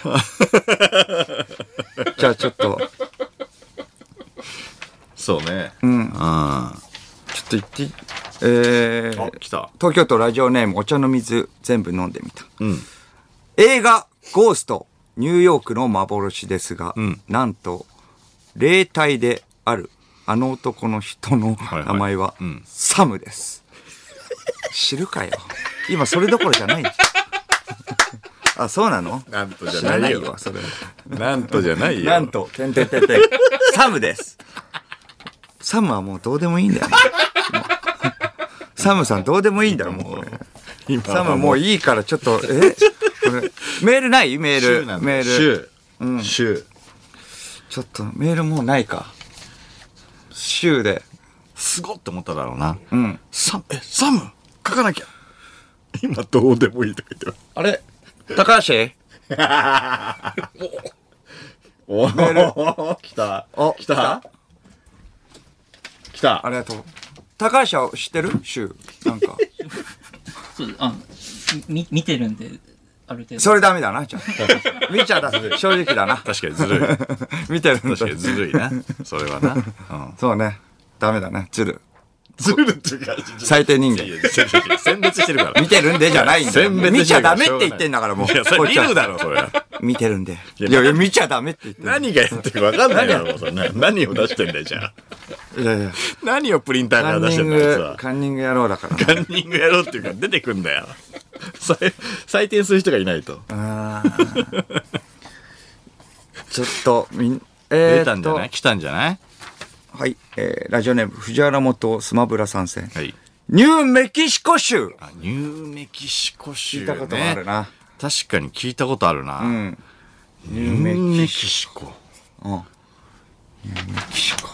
[SPEAKER 3] じゃあちょっと
[SPEAKER 2] そうねうんあ
[SPEAKER 3] ちょっと行っていえー、
[SPEAKER 2] 来た
[SPEAKER 3] 東京都ラジオネームお茶の水全部飲んでみた、
[SPEAKER 2] ん
[SPEAKER 3] 映画「ゴーストニューヨークの幻」ですが、なんと霊体であるあの男の人の
[SPEAKER 2] いはい
[SPEAKER 3] 名前は
[SPEAKER 2] うん
[SPEAKER 3] サムです、知るかよ今それどころじ ゃないあそうなの
[SPEAKER 2] なんと
[SPEAKER 3] 知
[SPEAKER 2] じ
[SPEAKER 3] ら
[SPEAKER 2] ゃな
[SPEAKER 3] ないい
[SPEAKER 2] よ
[SPEAKER 3] わそれ
[SPEAKER 2] なんとじゃないよ
[SPEAKER 3] なんとてんてんてん てんサムですサムはもうどうでもいいんだよ、ね、 サムさんどうでもいいんだよもうこれ
[SPEAKER 2] 今
[SPEAKER 3] サムもういいからちょっと、えこれメールないメー
[SPEAKER 2] 州
[SPEAKER 3] ル
[SPEAKER 2] な。んだ
[SPEAKER 3] メール。
[SPEAKER 2] 州州
[SPEAKER 3] ちょっとメールもうないか。週で。
[SPEAKER 2] すごって思っただろうな。
[SPEAKER 3] うん。
[SPEAKER 2] サえ、サム書かなきゃ今どうでもいいとか言ってる。
[SPEAKER 3] あれ高橋
[SPEAKER 2] おー、来た。
[SPEAKER 3] お
[SPEAKER 2] 来た来た
[SPEAKER 3] ありがとう。高橋は知ってる週。なんか。
[SPEAKER 4] そうあみ見てるんである程度
[SPEAKER 3] それダメだな、じゃあ。見ちゃだ。正直だな。
[SPEAKER 2] 確かにずるい。確
[SPEAKER 3] 見てるんだ
[SPEAKER 2] かにずるいな。それはな。うん。
[SPEAKER 3] そうね。ダメだね。ずる。
[SPEAKER 2] ずるっていうか、
[SPEAKER 3] 最低人間
[SPEAKER 2] いやいやいや選別してるから。
[SPEAKER 3] 見てるんでじゃないんだよ。
[SPEAKER 2] 選別してる
[SPEAKER 3] 見ちゃダメって言ってんだからもう。
[SPEAKER 2] いや、そ
[SPEAKER 3] こ
[SPEAKER 2] れ
[SPEAKER 3] っ
[SPEAKER 2] 見
[SPEAKER 3] ちは
[SPEAKER 2] るだろ、それ。
[SPEAKER 3] 見てるんで。
[SPEAKER 2] いや
[SPEAKER 3] いやいや、見ちゃダメって言ってる。
[SPEAKER 2] 何がやってるか分かんないだろ、それな。何を出してんだよ、じゃあ。
[SPEAKER 3] いやいや。
[SPEAKER 2] 何をプリンター
[SPEAKER 3] カ
[SPEAKER 2] から
[SPEAKER 3] ン
[SPEAKER 2] 出し
[SPEAKER 3] ニ
[SPEAKER 2] てん
[SPEAKER 3] ン
[SPEAKER 2] だよ、あいつ
[SPEAKER 3] グ
[SPEAKER 2] は、
[SPEAKER 3] カンニング野郎だから。
[SPEAKER 2] カンニングやろうっていうか、出てくんだよ。採採点する人がいないと。
[SPEAKER 3] あーちょっと、みん、え
[SPEAKER 2] 出
[SPEAKER 3] ー
[SPEAKER 2] た
[SPEAKER 3] っ
[SPEAKER 2] んじゃ
[SPEAKER 3] と
[SPEAKER 2] ない、来たんじゃない
[SPEAKER 3] はい、えーラジオネーム、藤原元スマブラ参戦。
[SPEAKER 2] はい。
[SPEAKER 3] ニューメキシコ州
[SPEAKER 2] あニューメキシコ州、ね。
[SPEAKER 3] 聞いたこともあるな。
[SPEAKER 2] 確かに聞いたことあるな。
[SPEAKER 3] うん。ニ
[SPEAKER 2] ニューメキシコ。
[SPEAKER 3] コ。うん。ニューメキシコ。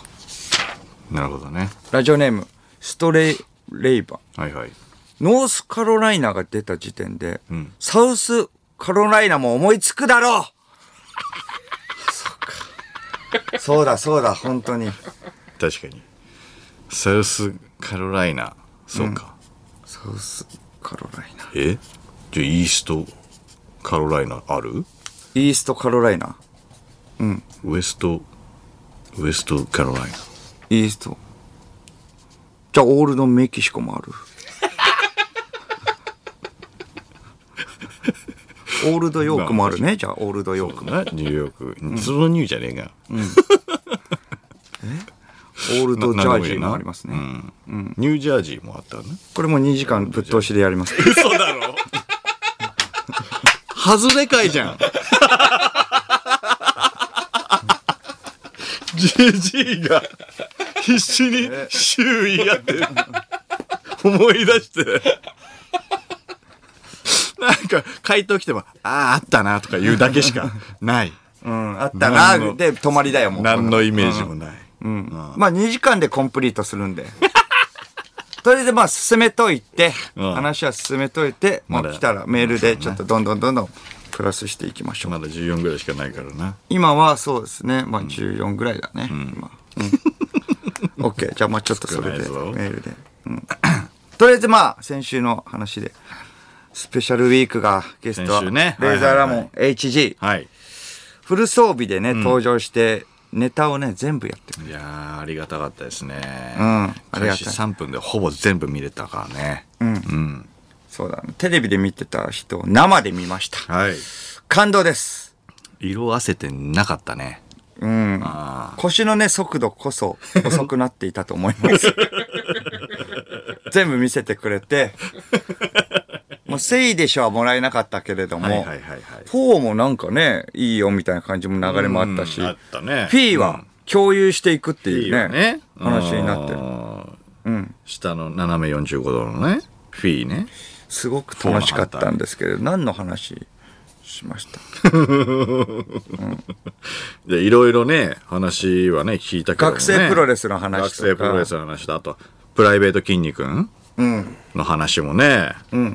[SPEAKER 2] なるほどね。
[SPEAKER 3] ラジオネーム、ストレイ・レイバー。
[SPEAKER 2] はいはい。
[SPEAKER 3] ノースカロライナが出た時点で、
[SPEAKER 2] ん
[SPEAKER 3] サウスカロライナも思いつくだ ろうそうか。そうだそうだ、本当に。
[SPEAKER 2] 確かに。サウスカロライナ。そうか。
[SPEAKER 3] サウスカロライナ。
[SPEAKER 2] えじゃあイーストカロライナある
[SPEAKER 3] イーストカロライナ。
[SPEAKER 2] ウエスト、ウエストカロライナ。
[SPEAKER 3] イースト。じゃあ、オールドメキシコも ある。オールドヨークもあるね。じゃあ、オールドヨークも。
[SPEAKER 2] なニューヨーク。そのニューじゃねえか。
[SPEAKER 3] オールドジャージーもありますね。
[SPEAKER 2] うんニュージャージーもあったね。
[SPEAKER 3] これも2時間ぶっ通しでやり ます。
[SPEAKER 2] 嘘だろ外れかいじゃん。ジジイが必死に周囲やってる思い出して。なんか回答来ても、ああ、あったなとか言うだけしかない。
[SPEAKER 3] うん、あったな
[SPEAKER 2] 何の
[SPEAKER 3] で、止まりだよ、も う。
[SPEAKER 2] 何のイメージもない。
[SPEAKER 3] まあ、2時間でコンプリートする んで。とりあえず、まあ、進めといて、
[SPEAKER 2] うん
[SPEAKER 3] 話は進めといて、まあ、
[SPEAKER 2] まだ
[SPEAKER 3] 来たらメールで、ちょっとどんどんどんどんプラスしていきましょう。
[SPEAKER 2] まだ14ぐらいしかないからな。
[SPEAKER 3] 今はそうですね、まあ14ぐらいだね、今。うん。OK、じゃあまあちょっとそれで、メ
[SPEAKER 2] 少ないぞ
[SPEAKER 3] ールで。うん とりあえずまあ先週の話で、スペシャルウィークがゲスト
[SPEAKER 2] 先
[SPEAKER 3] は、
[SPEAKER 2] 週
[SPEAKER 3] レ
[SPEAKER 2] ねはい
[SPEAKER 3] ーザーラモ
[SPEAKER 2] は
[SPEAKER 3] ン HG、
[SPEAKER 2] はい。
[SPEAKER 3] フル装備でね、登場して、ネタをね、全部やってくれ
[SPEAKER 2] いやーありがたかったですね。うん
[SPEAKER 3] ありがたい
[SPEAKER 2] 開始3分でほぼ全部見れたからね。
[SPEAKER 3] そうだね。テレビで見てた人を生で見ました。
[SPEAKER 2] はい。
[SPEAKER 3] 感動です。
[SPEAKER 2] 色あせてなかったね。
[SPEAKER 3] うん。
[SPEAKER 2] あ
[SPEAKER 3] 腰のね、速度こそ遅くなっていたと思い ます。全部見せてくれて、もう誠意でしょはもらえなかったけれども、
[SPEAKER 2] あ。はいはいはいはい。
[SPEAKER 3] フォーもなんかね、いいよみたいな感じも流れもあったし、
[SPEAKER 2] うんあったね。
[SPEAKER 3] フィーは共有していくって
[SPEAKER 2] うん、
[SPEAKER 3] い
[SPEAKER 2] いうい
[SPEAKER 3] ね、
[SPEAKER 2] よね。
[SPEAKER 3] 話になってる。
[SPEAKER 2] る。うん。下の斜め45度のね、フィーね。
[SPEAKER 3] すごく楽しかったんですけど、何の話しました
[SPEAKER 2] で、いろいろね、話はね、聞いたけどね。
[SPEAKER 3] 学生プロレスの話とか
[SPEAKER 2] 学生プロレスの話だあと、プライベート筋肉ん
[SPEAKER 3] うん。
[SPEAKER 2] の話もね、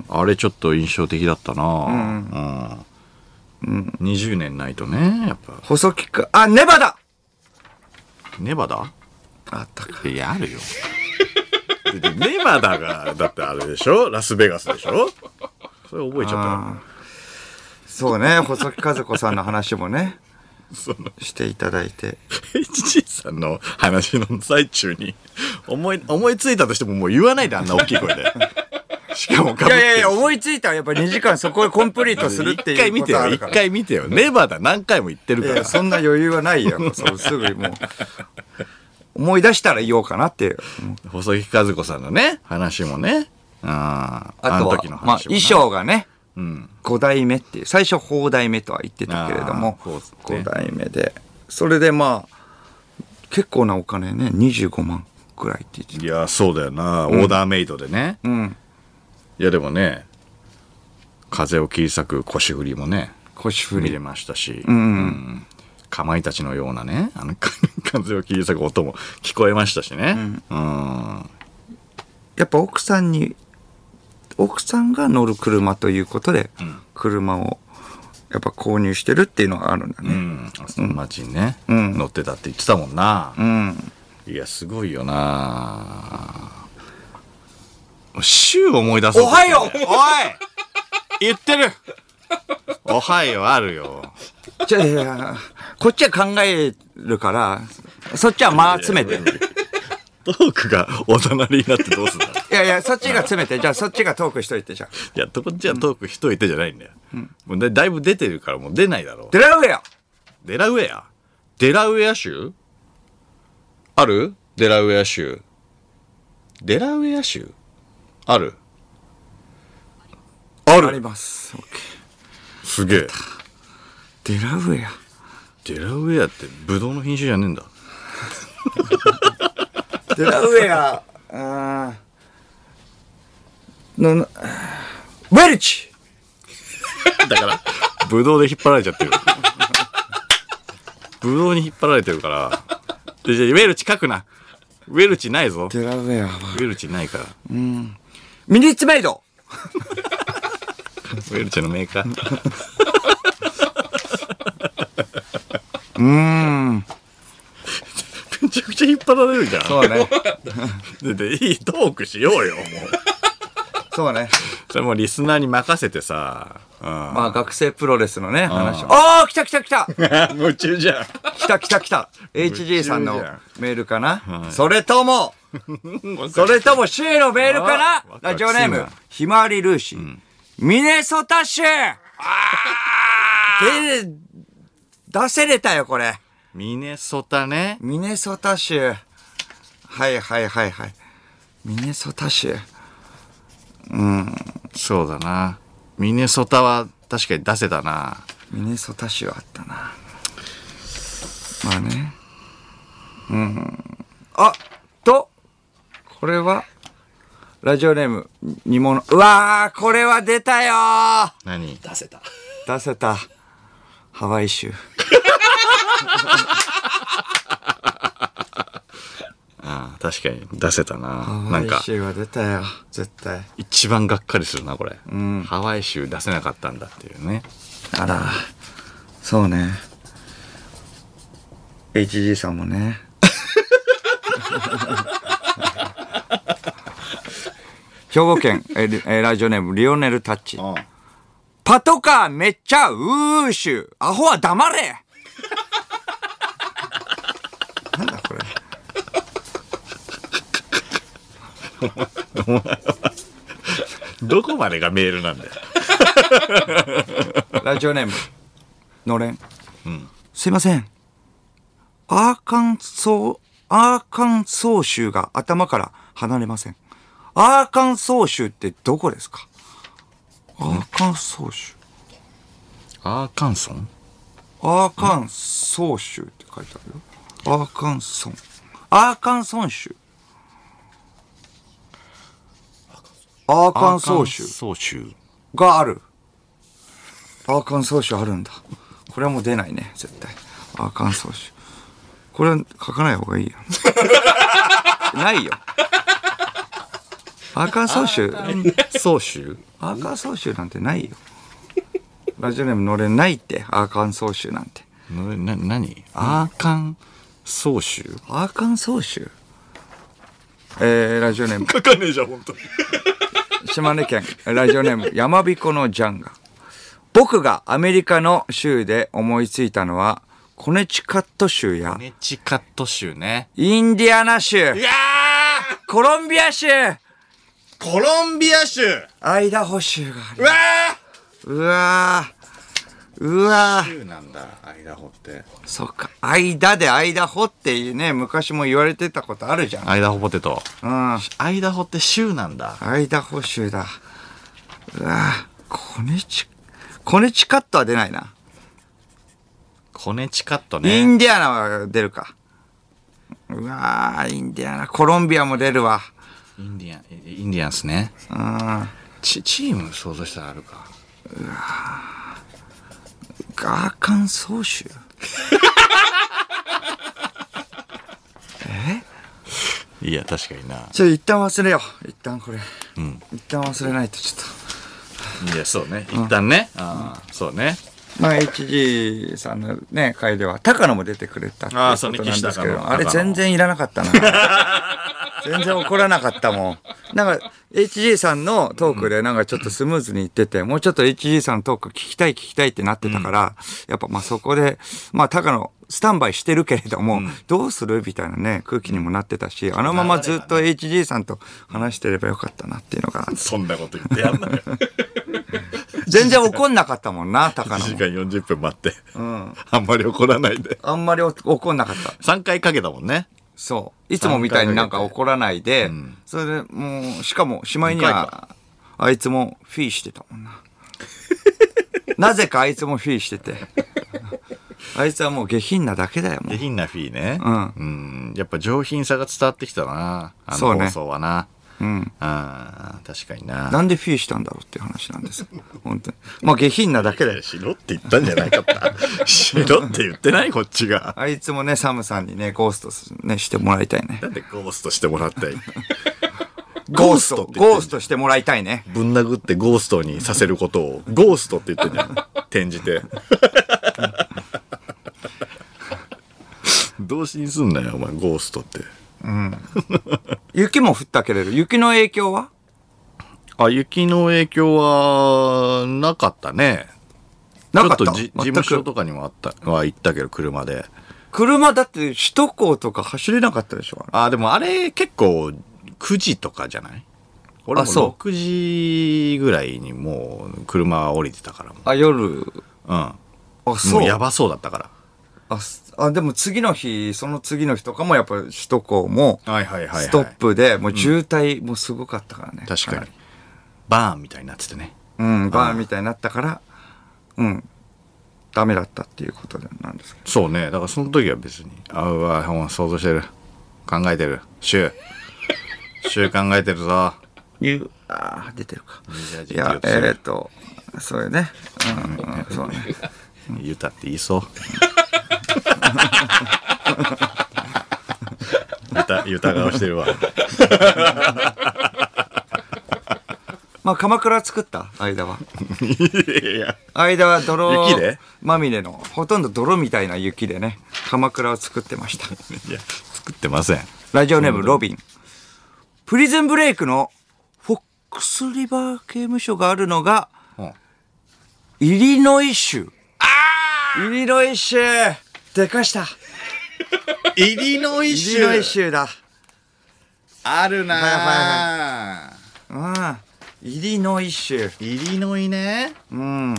[SPEAKER 2] あれちょっと印象的だったなうん。20年ないとね、やっぱ、
[SPEAKER 3] 細木か、あ、ネバだ
[SPEAKER 2] ネバダ
[SPEAKER 3] あったか。
[SPEAKER 2] いや、あるよ。でネバダが、だってあれでしょラスベガスでしょそれ覚えちゃったから。
[SPEAKER 3] そうね、細木和子さんの話もね、
[SPEAKER 2] その、
[SPEAKER 3] していただいて。
[SPEAKER 2] HG さんの話の最中に、思い、思いついたとしてももう言わないで、あんな大きい声 で。しかもか
[SPEAKER 3] い
[SPEAKER 2] ぶっ
[SPEAKER 3] やい
[SPEAKER 2] て
[SPEAKER 3] やいや、思いついたらやっぱり2時間そこでコンプリートするって
[SPEAKER 2] 一回
[SPEAKER 3] いう
[SPEAKER 2] 見
[SPEAKER 3] こ
[SPEAKER 2] て
[SPEAKER 3] とあ
[SPEAKER 2] よ、
[SPEAKER 3] る
[SPEAKER 2] 一
[SPEAKER 3] から。
[SPEAKER 2] 回見てよ。ネバダ何回も言ってる
[SPEAKER 3] い
[SPEAKER 2] か
[SPEAKER 3] やいや
[SPEAKER 2] ら。
[SPEAKER 3] そんな余裕はないよ。 そうすぐもう。思い出したら言おうかなっていう。
[SPEAKER 2] 細木和子さんのね、話もね。ああ、
[SPEAKER 3] あ
[SPEAKER 2] あ
[SPEAKER 3] と
[SPEAKER 2] の
[SPEAKER 3] は
[SPEAKER 2] 時の、
[SPEAKER 3] まあ
[SPEAKER 2] 話もな
[SPEAKER 3] 衣装がね、
[SPEAKER 2] うん。
[SPEAKER 3] 5代目っていう、最初4代目とは言ってたけれども、
[SPEAKER 2] あーそう
[SPEAKER 3] 5
[SPEAKER 2] ですね
[SPEAKER 3] 代目で。それでまあ、結構なお金ね、25万くらいって言ってた
[SPEAKER 2] いや、そうだよな。オーダーメイドでね。
[SPEAKER 3] うん。
[SPEAKER 2] いや、でもね、風を切り裂く腰振りもね、
[SPEAKER 3] 腰振
[SPEAKER 2] 見
[SPEAKER 3] り
[SPEAKER 2] れ。ましたし、
[SPEAKER 3] うん
[SPEAKER 2] かまいたちのようなね、あの、 風を切り裂く音も聞こえましたしね。うん。
[SPEAKER 3] やっぱ奥さんに奥さんが乗る車ということで、車をやっぱ購入してるっていうのはあるんだ
[SPEAKER 2] う
[SPEAKER 3] ね
[SPEAKER 2] ん。その街にね、
[SPEAKER 3] うん
[SPEAKER 2] 乗ってたって言ってたもんな。
[SPEAKER 3] うん、
[SPEAKER 2] いや、すごいよな週思い出そう
[SPEAKER 3] お
[SPEAKER 2] と
[SPEAKER 3] は
[SPEAKER 2] してね。
[SPEAKER 3] ようお
[SPEAKER 2] 言ってるおはようあるよ。
[SPEAKER 3] いじゃあいやこっちは考えるからそっちは間詰めて
[SPEAKER 2] トークがおざなりになってどうすん だ
[SPEAKER 3] いやいやそっちが詰めてじゃあそっちがトークしといてじゃあ
[SPEAKER 2] いや、こっちはトーク一人でじゃないんだよ。もうだだいぶ出てるからもう出ないだろう。
[SPEAKER 3] デラウェア
[SPEAKER 2] デラウェアデラウェア州あるデラウェア州。デラウェア州あるあ
[SPEAKER 3] あり
[SPEAKER 2] る
[SPEAKER 3] ますオッケ
[SPEAKER 2] すげえ。
[SPEAKER 3] ーデラウェア
[SPEAKER 2] デラウェアってブドウの品種じゃねえんだ。
[SPEAKER 3] デラウェア あーのなウェルチ
[SPEAKER 2] だから、ブドウで引っ張られちゃってる。ブドウに引っ張られてるから。でじゃあウェルチ書くな。ウェルチないぞ。
[SPEAKER 3] デラウェアは
[SPEAKER 2] ウェルチないから。
[SPEAKER 3] ミニッツメイド
[SPEAKER 2] ウェルチのメーカー。
[SPEAKER 3] うん
[SPEAKER 2] めちゃくちゃ引っ張られるじゃん。
[SPEAKER 3] そうね
[SPEAKER 2] でで、いいトークしようよ、もう。
[SPEAKER 3] そうね
[SPEAKER 2] それもうリスナーに任せてさ。うん。
[SPEAKER 3] まあ学生プロレスのね、話。ああ、来た来た来た
[SPEAKER 2] 夢中じ ゃん。
[SPEAKER 3] 来た来た 来た !HG さんの
[SPEAKER 2] 夢中じゃん
[SPEAKER 3] メールかなそれとも、それとも C のメールか
[SPEAKER 2] あー
[SPEAKER 3] なラジオネー
[SPEAKER 2] ワクワ
[SPEAKER 3] ム
[SPEAKER 2] クする、
[SPEAKER 3] ひまわりルーシー。ミネソタ州あーで出せれたよ、これ。
[SPEAKER 2] ミネソタね。
[SPEAKER 3] ミネソタ州。はいはいはいはい。ミネソタ州。
[SPEAKER 2] そうだな。ミネソタは確かに出せたな。
[SPEAKER 3] ミネソタ州あったな。まあね。うん。あと、これは、ラジオネーム、煮物。うわー、これは出たよー
[SPEAKER 2] 何
[SPEAKER 4] 出せた。
[SPEAKER 3] 出せた。ハワイ州。
[SPEAKER 2] ああ、確かに出せたな。
[SPEAKER 3] ハ
[SPEAKER 2] な
[SPEAKER 3] ワ
[SPEAKER 2] ん
[SPEAKER 3] イ
[SPEAKER 2] か。
[SPEAKER 3] 州は出たよ。絶対。
[SPEAKER 2] 一番がっかりするなこれ、ハワイ州出せなかったんだっていうね
[SPEAKER 3] あら、そうね。HG さんもね。兵庫県、えーえーラジオネーム、リオネル・タッチ。パトカーめっちゃうーしゅ。アホは黙れなんだこれ。
[SPEAKER 2] どこまでがメールなんだよ
[SPEAKER 3] ラジオネーム、のれん。すいません。アーカンソー、アーカンソー州が頭から離れません。アーカンソー州ってどこですかアーカンソー州。
[SPEAKER 2] アーカンソン
[SPEAKER 3] アーカンソー州って書いてあるよ。アーカンソン。アーカンソン州。アーカンソー州。
[SPEAKER 2] 総州
[SPEAKER 3] がある。アーカンソー州あるんだ。これはもう出ないね、絶対。アーカンソー州。これは書かない方 がいいよ。ないよ。アーカンソー州、
[SPEAKER 2] 総州
[SPEAKER 3] アーカンソー州なんてないよ。ラジオネームのれんないって、アーカンソー州なんて。
[SPEAKER 2] なな何アーカン総州
[SPEAKER 3] アーカンソー州えー、ラジオネーム、
[SPEAKER 2] 書かねえじゃん本当に
[SPEAKER 3] 島根県ラジオネームやまびこのジャンガ僕がアメリカの州で思いついたのはコネチカット州や
[SPEAKER 2] ネチカット州ね
[SPEAKER 3] インディアナ州
[SPEAKER 2] いや
[SPEAKER 3] コロンビア州
[SPEAKER 2] ーコロンビア州
[SPEAKER 3] アイダホ州があ
[SPEAKER 2] う
[SPEAKER 3] る
[SPEAKER 2] わ
[SPEAKER 3] うわーうわー
[SPEAKER 2] 州なんだアイダホって
[SPEAKER 3] そっか間で間掘っていうね昔も言われてたことあるじゃん
[SPEAKER 2] アイダホポテト
[SPEAKER 3] うん
[SPEAKER 2] アイダホって州なんだ
[SPEAKER 3] アイダホ州だうわーコネチコネチカットは出ないな
[SPEAKER 2] コネチカット
[SPEAKER 3] イ
[SPEAKER 2] ね
[SPEAKER 3] ンディアナは出るか。うわー、インディアナ。コロンビアも出るわ。
[SPEAKER 2] インディアンインディアンスね
[SPEAKER 3] うん。
[SPEAKER 2] チチーム想像したらあるか
[SPEAKER 3] ガーカンソー州
[SPEAKER 2] いや、確かにな。
[SPEAKER 3] ちょ、一旦忘れよう。一旦これ。一旦忘れないと、ちょっ
[SPEAKER 2] いや、そうね。一旦ね。ああ、そうね。
[SPEAKER 3] と。まあ、HG さんのね、回では、高野も出てくれたっていう
[SPEAKER 2] あー
[SPEAKER 3] こ
[SPEAKER 2] そ
[SPEAKER 3] と
[SPEAKER 2] うね
[SPEAKER 3] なんですけ
[SPEAKER 2] 岸高
[SPEAKER 3] ど、
[SPEAKER 2] 野
[SPEAKER 3] あれ
[SPEAKER 2] 高野
[SPEAKER 3] 全然いらなか ったな。全然怒らなかったもん。なんか、HG さんのトークで、なんかちょっとスムーズにいってて、もうちょっと HG さんのトーク聞きたい聞きたいってなってたから、やっぱまあそこで、まあ高野、スタンバイしてるけれども、どうするみたいなね、空気にもなってたし、あのままずっと HG さんと話してればよかったなっていうのが、
[SPEAKER 2] そんなこと言ってやんなよ。
[SPEAKER 3] 全然怒んなかったもんな、高
[SPEAKER 2] 1
[SPEAKER 3] 野
[SPEAKER 2] 時
[SPEAKER 3] も。
[SPEAKER 2] 間40分待って。あんまり怒らないで。
[SPEAKER 3] あんまりお怒んなかった。
[SPEAKER 2] 3回かけたもんね。
[SPEAKER 3] そう。いつもみたいになんか怒らないで、それでもう、しかも、しまいに
[SPEAKER 2] 二回
[SPEAKER 3] は、あいつもフィーしてたもん な。なぜかあいつもフィーしてて。あいつはもう下品なだけだよ、も
[SPEAKER 2] 下
[SPEAKER 3] う。
[SPEAKER 2] 品なフィーね。
[SPEAKER 3] うん
[SPEAKER 2] んやっぱ上品さが伝わってきたな。あ
[SPEAKER 3] そ
[SPEAKER 2] の
[SPEAKER 3] うね
[SPEAKER 2] 放送はな。
[SPEAKER 3] うん。
[SPEAKER 2] ああ、確かにな。
[SPEAKER 3] なんでフィーしたんだろうっていう話なんです。本当に。まあ下品なだけだよ。
[SPEAKER 2] しろって言ったんじゃないか った。しろって言ってないこっちが。
[SPEAKER 3] あいつもね、サムさんにね、ゴースト、ね、してもらいたいね
[SPEAKER 2] な。んでゴーストしてもらったい
[SPEAKER 3] ゴースト、ゴ
[SPEAKER 2] ゴ
[SPEAKER 3] ー
[SPEAKER 2] ー
[SPEAKER 3] ス
[SPEAKER 2] ス
[SPEAKER 3] トしてもらいたいね。
[SPEAKER 2] ぶん殴ってゴーストにさせることをゴーストって言ってんじゃん。転じ て。動詞にすんなよ、お前、ゴーストって。
[SPEAKER 3] 雪も降ったけれど、雪の影響は
[SPEAKER 2] あ、雪の影響は、なかったね。
[SPEAKER 3] なかった
[SPEAKER 2] ちょっとじ事
[SPEAKER 3] 全く
[SPEAKER 2] 務所とかにもあった、は行ったけど、車で。
[SPEAKER 3] 車だって首都高とか走れなかったでしょあれ
[SPEAKER 2] あ、でもあれ、結構、9時とかじゃない俺
[SPEAKER 3] あ
[SPEAKER 2] も
[SPEAKER 3] そ
[SPEAKER 2] 6時ぐらいにもう、車降りてたからも
[SPEAKER 3] あ、夜。
[SPEAKER 2] う。
[SPEAKER 3] あ、
[SPEAKER 2] うん。
[SPEAKER 3] そ
[SPEAKER 2] も
[SPEAKER 3] う。
[SPEAKER 2] うやばそうだったか
[SPEAKER 3] あすあ、でも次の日、その次の日とかもやっぱ首都高も、
[SPEAKER 2] ら。はいはいはい、はい。
[SPEAKER 3] ストッ。プで、もう渋滞もすごかったからね。
[SPEAKER 2] 確かに
[SPEAKER 3] り。。
[SPEAKER 2] バーンみたいになっててね。
[SPEAKER 3] うん、バーンみたいになったから、うん、ダメだったっていうことなんですけど。
[SPEAKER 2] そうね。だからその時は別に。あうわ、もう想像してる。考えてる。シュー。シュー考えてるぞ。
[SPEAKER 3] いう、あー出てるか。い
[SPEAKER 2] い
[SPEAKER 3] や
[SPEAKER 2] や、、
[SPEAKER 3] え
[SPEAKER 2] え
[SPEAKER 3] ーっと、それね。うん、うん、そ うね。
[SPEAKER 2] 言うたって言いそう。言うた、言うた顔してるわ。
[SPEAKER 3] まあ、鎌倉作った間は。
[SPEAKER 2] いや。
[SPEAKER 3] 間は泥
[SPEAKER 2] 雪で
[SPEAKER 3] まみれの、ほとんど泥みたいな雪でね、鎌倉を作ってました。
[SPEAKER 2] いや、作ってません。
[SPEAKER 3] ラジオネームロビン。プリズンブレイクのフォックスリバー刑務所があるのが、
[SPEAKER 2] うん
[SPEAKER 3] イリノイ州。あイリノイ州でかした。
[SPEAKER 2] イリノイ
[SPEAKER 3] イリノイ州だ。
[SPEAKER 2] あるなぁ、
[SPEAKER 3] はいうん。イリノイ州。
[SPEAKER 2] イリノイね。
[SPEAKER 3] うん。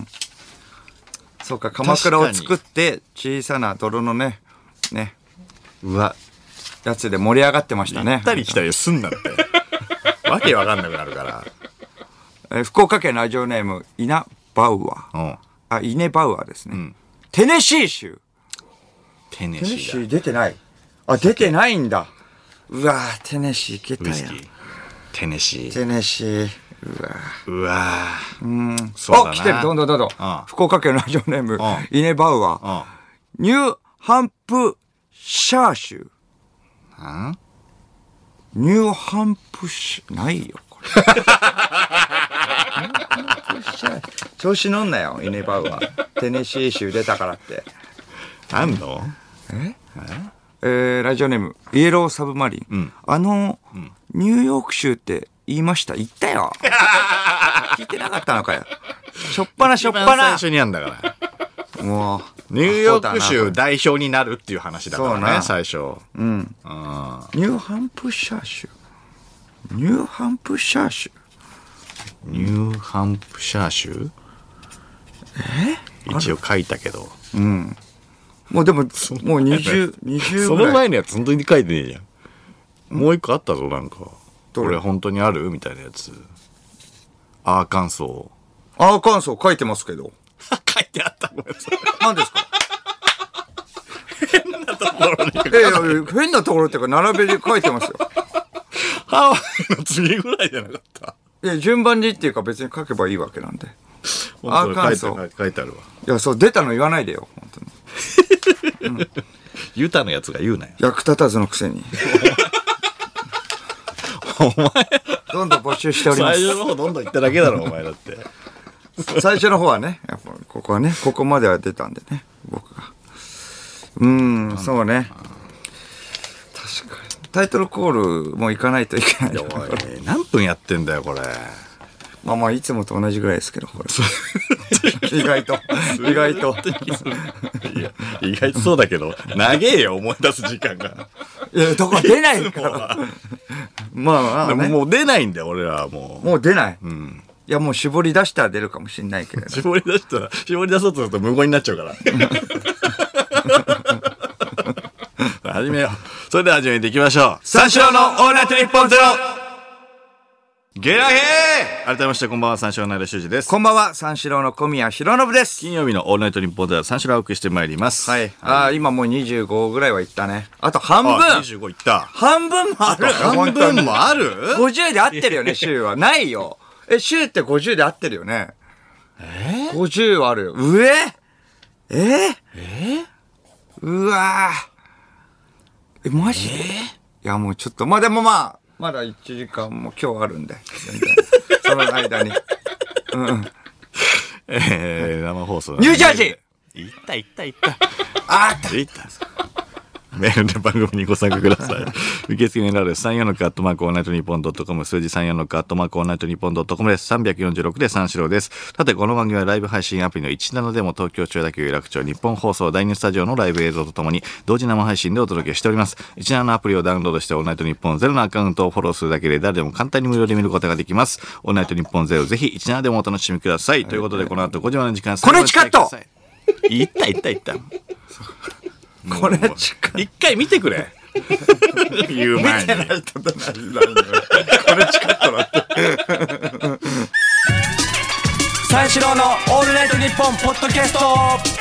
[SPEAKER 3] そうか、鎌倉を作って、小さな泥のね、ね、
[SPEAKER 2] うわ、
[SPEAKER 3] やつで盛り上がってました
[SPEAKER 2] 行
[SPEAKER 3] ね
[SPEAKER 2] っ。たり来たりすんなって。わけわかんなくなるか
[SPEAKER 3] えー福岡県ラジオネーム、イナ・バウアー。
[SPEAKER 2] ら。うん。
[SPEAKER 3] あ、イネ・バウアーですね。テネシー州。
[SPEAKER 2] テネ
[SPEAKER 3] テネ
[SPEAKER 2] シ
[SPEAKER 3] シ
[SPEAKER 2] ー
[SPEAKER 3] ー出てないあ、出てないんだ。うわぁ、テネシー行け
[SPEAKER 2] だ。ウイ
[SPEAKER 3] た
[SPEAKER 2] ス
[SPEAKER 3] や
[SPEAKER 2] キー。テネシー。
[SPEAKER 3] テネシー。うわ
[SPEAKER 2] うわぁ。うん。そうだ
[SPEAKER 3] ぁ。
[SPEAKER 2] な
[SPEAKER 3] お、来てる、どんどんどんどん
[SPEAKER 2] ん。
[SPEAKER 3] 福岡県ラジオネーム、
[SPEAKER 2] う
[SPEAKER 3] イネ・バウアー。
[SPEAKER 2] うん。
[SPEAKER 3] ニューハンプシャー州。
[SPEAKER 2] あ
[SPEAKER 3] ニューハンプシャー、ないよ、 これ。ニューハンプシャー調子乗んなよ、イネ・バウアー。テネシー州出たからって。
[SPEAKER 2] あんの
[SPEAKER 3] えーラジオネーム、イエローサブマリン。あの、ニューヨーク州って言いました言っ たよ。聞いてなかったのかよ。しょっぱなしょっ
[SPEAKER 2] 一
[SPEAKER 3] ぱ
[SPEAKER 2] 番最
[SPEAKER 3] な。
[SPEAKER 2] 初にやんだから。
[SPEAKER 3] もう、
[SPEAKER 2] ニューヨーク州代表になるっていう話だか
[SPEAKER 3] そう
[SPEAKER 2] ら
[SPEAKER 3] な
[SPEAKER 2] ね、最初。
[SPEAKER 3] うん。
[SPEAKER 2] あ
[SPEAKER 3] ニューハンプシャー州。ニューハンプシャー州。
[SPEAKER 2] ニューハンプシャー州え一応書いたけど。
[SPEAKER 3] もうでも、もう20、20
[SPEAKER 2] そ
[SPEAKER 3] ぐ
[SPEAKER 2] の
[SPEAKER 3] らい。
[SPEAKER 2] 前のやつ本当に書いてねえじゃん。もう一個あったぞ、なんか。
[SPEAKER 3] れ
[SPEAKER 2] これ本当にあるみたいなやつ。アーカンソ
[SPEAKER 3] アーカンソー書いてますけど。
[SPEAKER 2] ー。書いてあったのやつ。
[SPEAKER 3] 何ですか変なところに。いやいや、変なところっていうか、並べで書いてますよ。
[SPEAKER 2] ハワイの次ぐらいじゃなかった。
[SPEAKER 3] いや、順番にっていうか別に書けばいいわけなんで。アーカンソー
[SPEAKER 2] 本当だ書いてある書いてあるわ。
[SPEAKER 3] いや、そう、出たの言わないでよ、本当に。
[SPEAKER 2] ユタのやつが言うなよ。
[SPEAKER 3] 役立たずのくせに。
[SPEAKER 2] お前、
[SPEAKER 3] どんどん募集しておりま
[SPEAKER 2] 最
[SPEAKER 3] す。
[SPEAKER 2] 初の方どんどん言っただけだろ、お前だ って。
[SPEAKER 3] 最初の方はね、やっぱここはね、ここまでは出たんでね、僕が。うーん、そうね。確かに。タイトルコールも行かないといけない。
[SPEAKER 2] おい、何分やってんだよ、これ。
[SPEAKER 3] まあまあ、いつもと同じぐらいですけど、これ。意外と、意外と。
[SPEAKER 2] いや、意外とそうだけど、長えよ、思い出す時間が。
[SPEAKER 3] いや、どこ出ないから。まあまあ、
[SPEAKER 2] でも
[SPEAKER 3] ね、
[SPEAKER 2] もう出ないんだよ、俺らはもう。
[SPEAKER 3] もう出ない。いや、もう絞り出したら出るかもしれないけれど。
[SPEAKER 2] 絞り出したら、絞り出そうとすると無言になっちゃうから。 始めよう。それでは始めていきましょう。
[SPEAKER 3] 三四郎のオールナイトニッポンゼロ
[SPEAKER 2] ゲラヘー改めまして、こんばんは、三四郎の間修二です。
[SPEAKER 3] こんばんは、三四郎の小宮浩信です。
[SPEAKER 2] 金曜日のオールナイトニッポンでは三四郎をお送りしてまいります。
[SPEAKER 3] はい。ああ、今もう25ぐらいはいったね。あと半分
[SPEAKER 2] あ、25いった。
[SPEAKER 3] 半分もある
[SPEAKER 2] 半分もある
[SPEAKER 3] ?50 で合ってるよね、週は。ないよ。え、週って50で合ってるよね。え ?50 はあるよ。上ええうわぁ。え、マジで、いや、もうちょっと、まあでもまあ、まだ1時間も今日あるんで。全然その間に。
[SPEAKER 2] えー、生放送
[SPEAKER 3] ニュージャージー
[SPEAKER 2] ーいったいったいった。
[SPEAKER 3] あ
[SPEAKER 2] いった。 メールで番組にご参加くだ さい。受付メールアドレス34のカットマークオールナイトニッポンドットコム、数字34のカットマークオールナイトニッポンドットコムです。346で三四郎です。さて、この番組はライブ配信アプリの17でも東京中田区有楽町日本放送第2スタジオのライブ映像とともに同時生配信でお届けしております。17のアプリをダウンロードしてオールナイトニッポンゼロのアカウントをフォローするだけで誰でも簡単に無料で見ることができます。オールナイトニッポンゼロぜひ17でもお楽しみください。ということで、この後5時までの時間
[SPEAKER 3] これチカット
[SPEAKER 2] いったいったいった。
[SPEAKER 3] これ近い。
[SPEAKER 2] 一回見てくれ言う前に
[SPEAKER 3] 三四郎のオールナイトニッポンポッドキャスト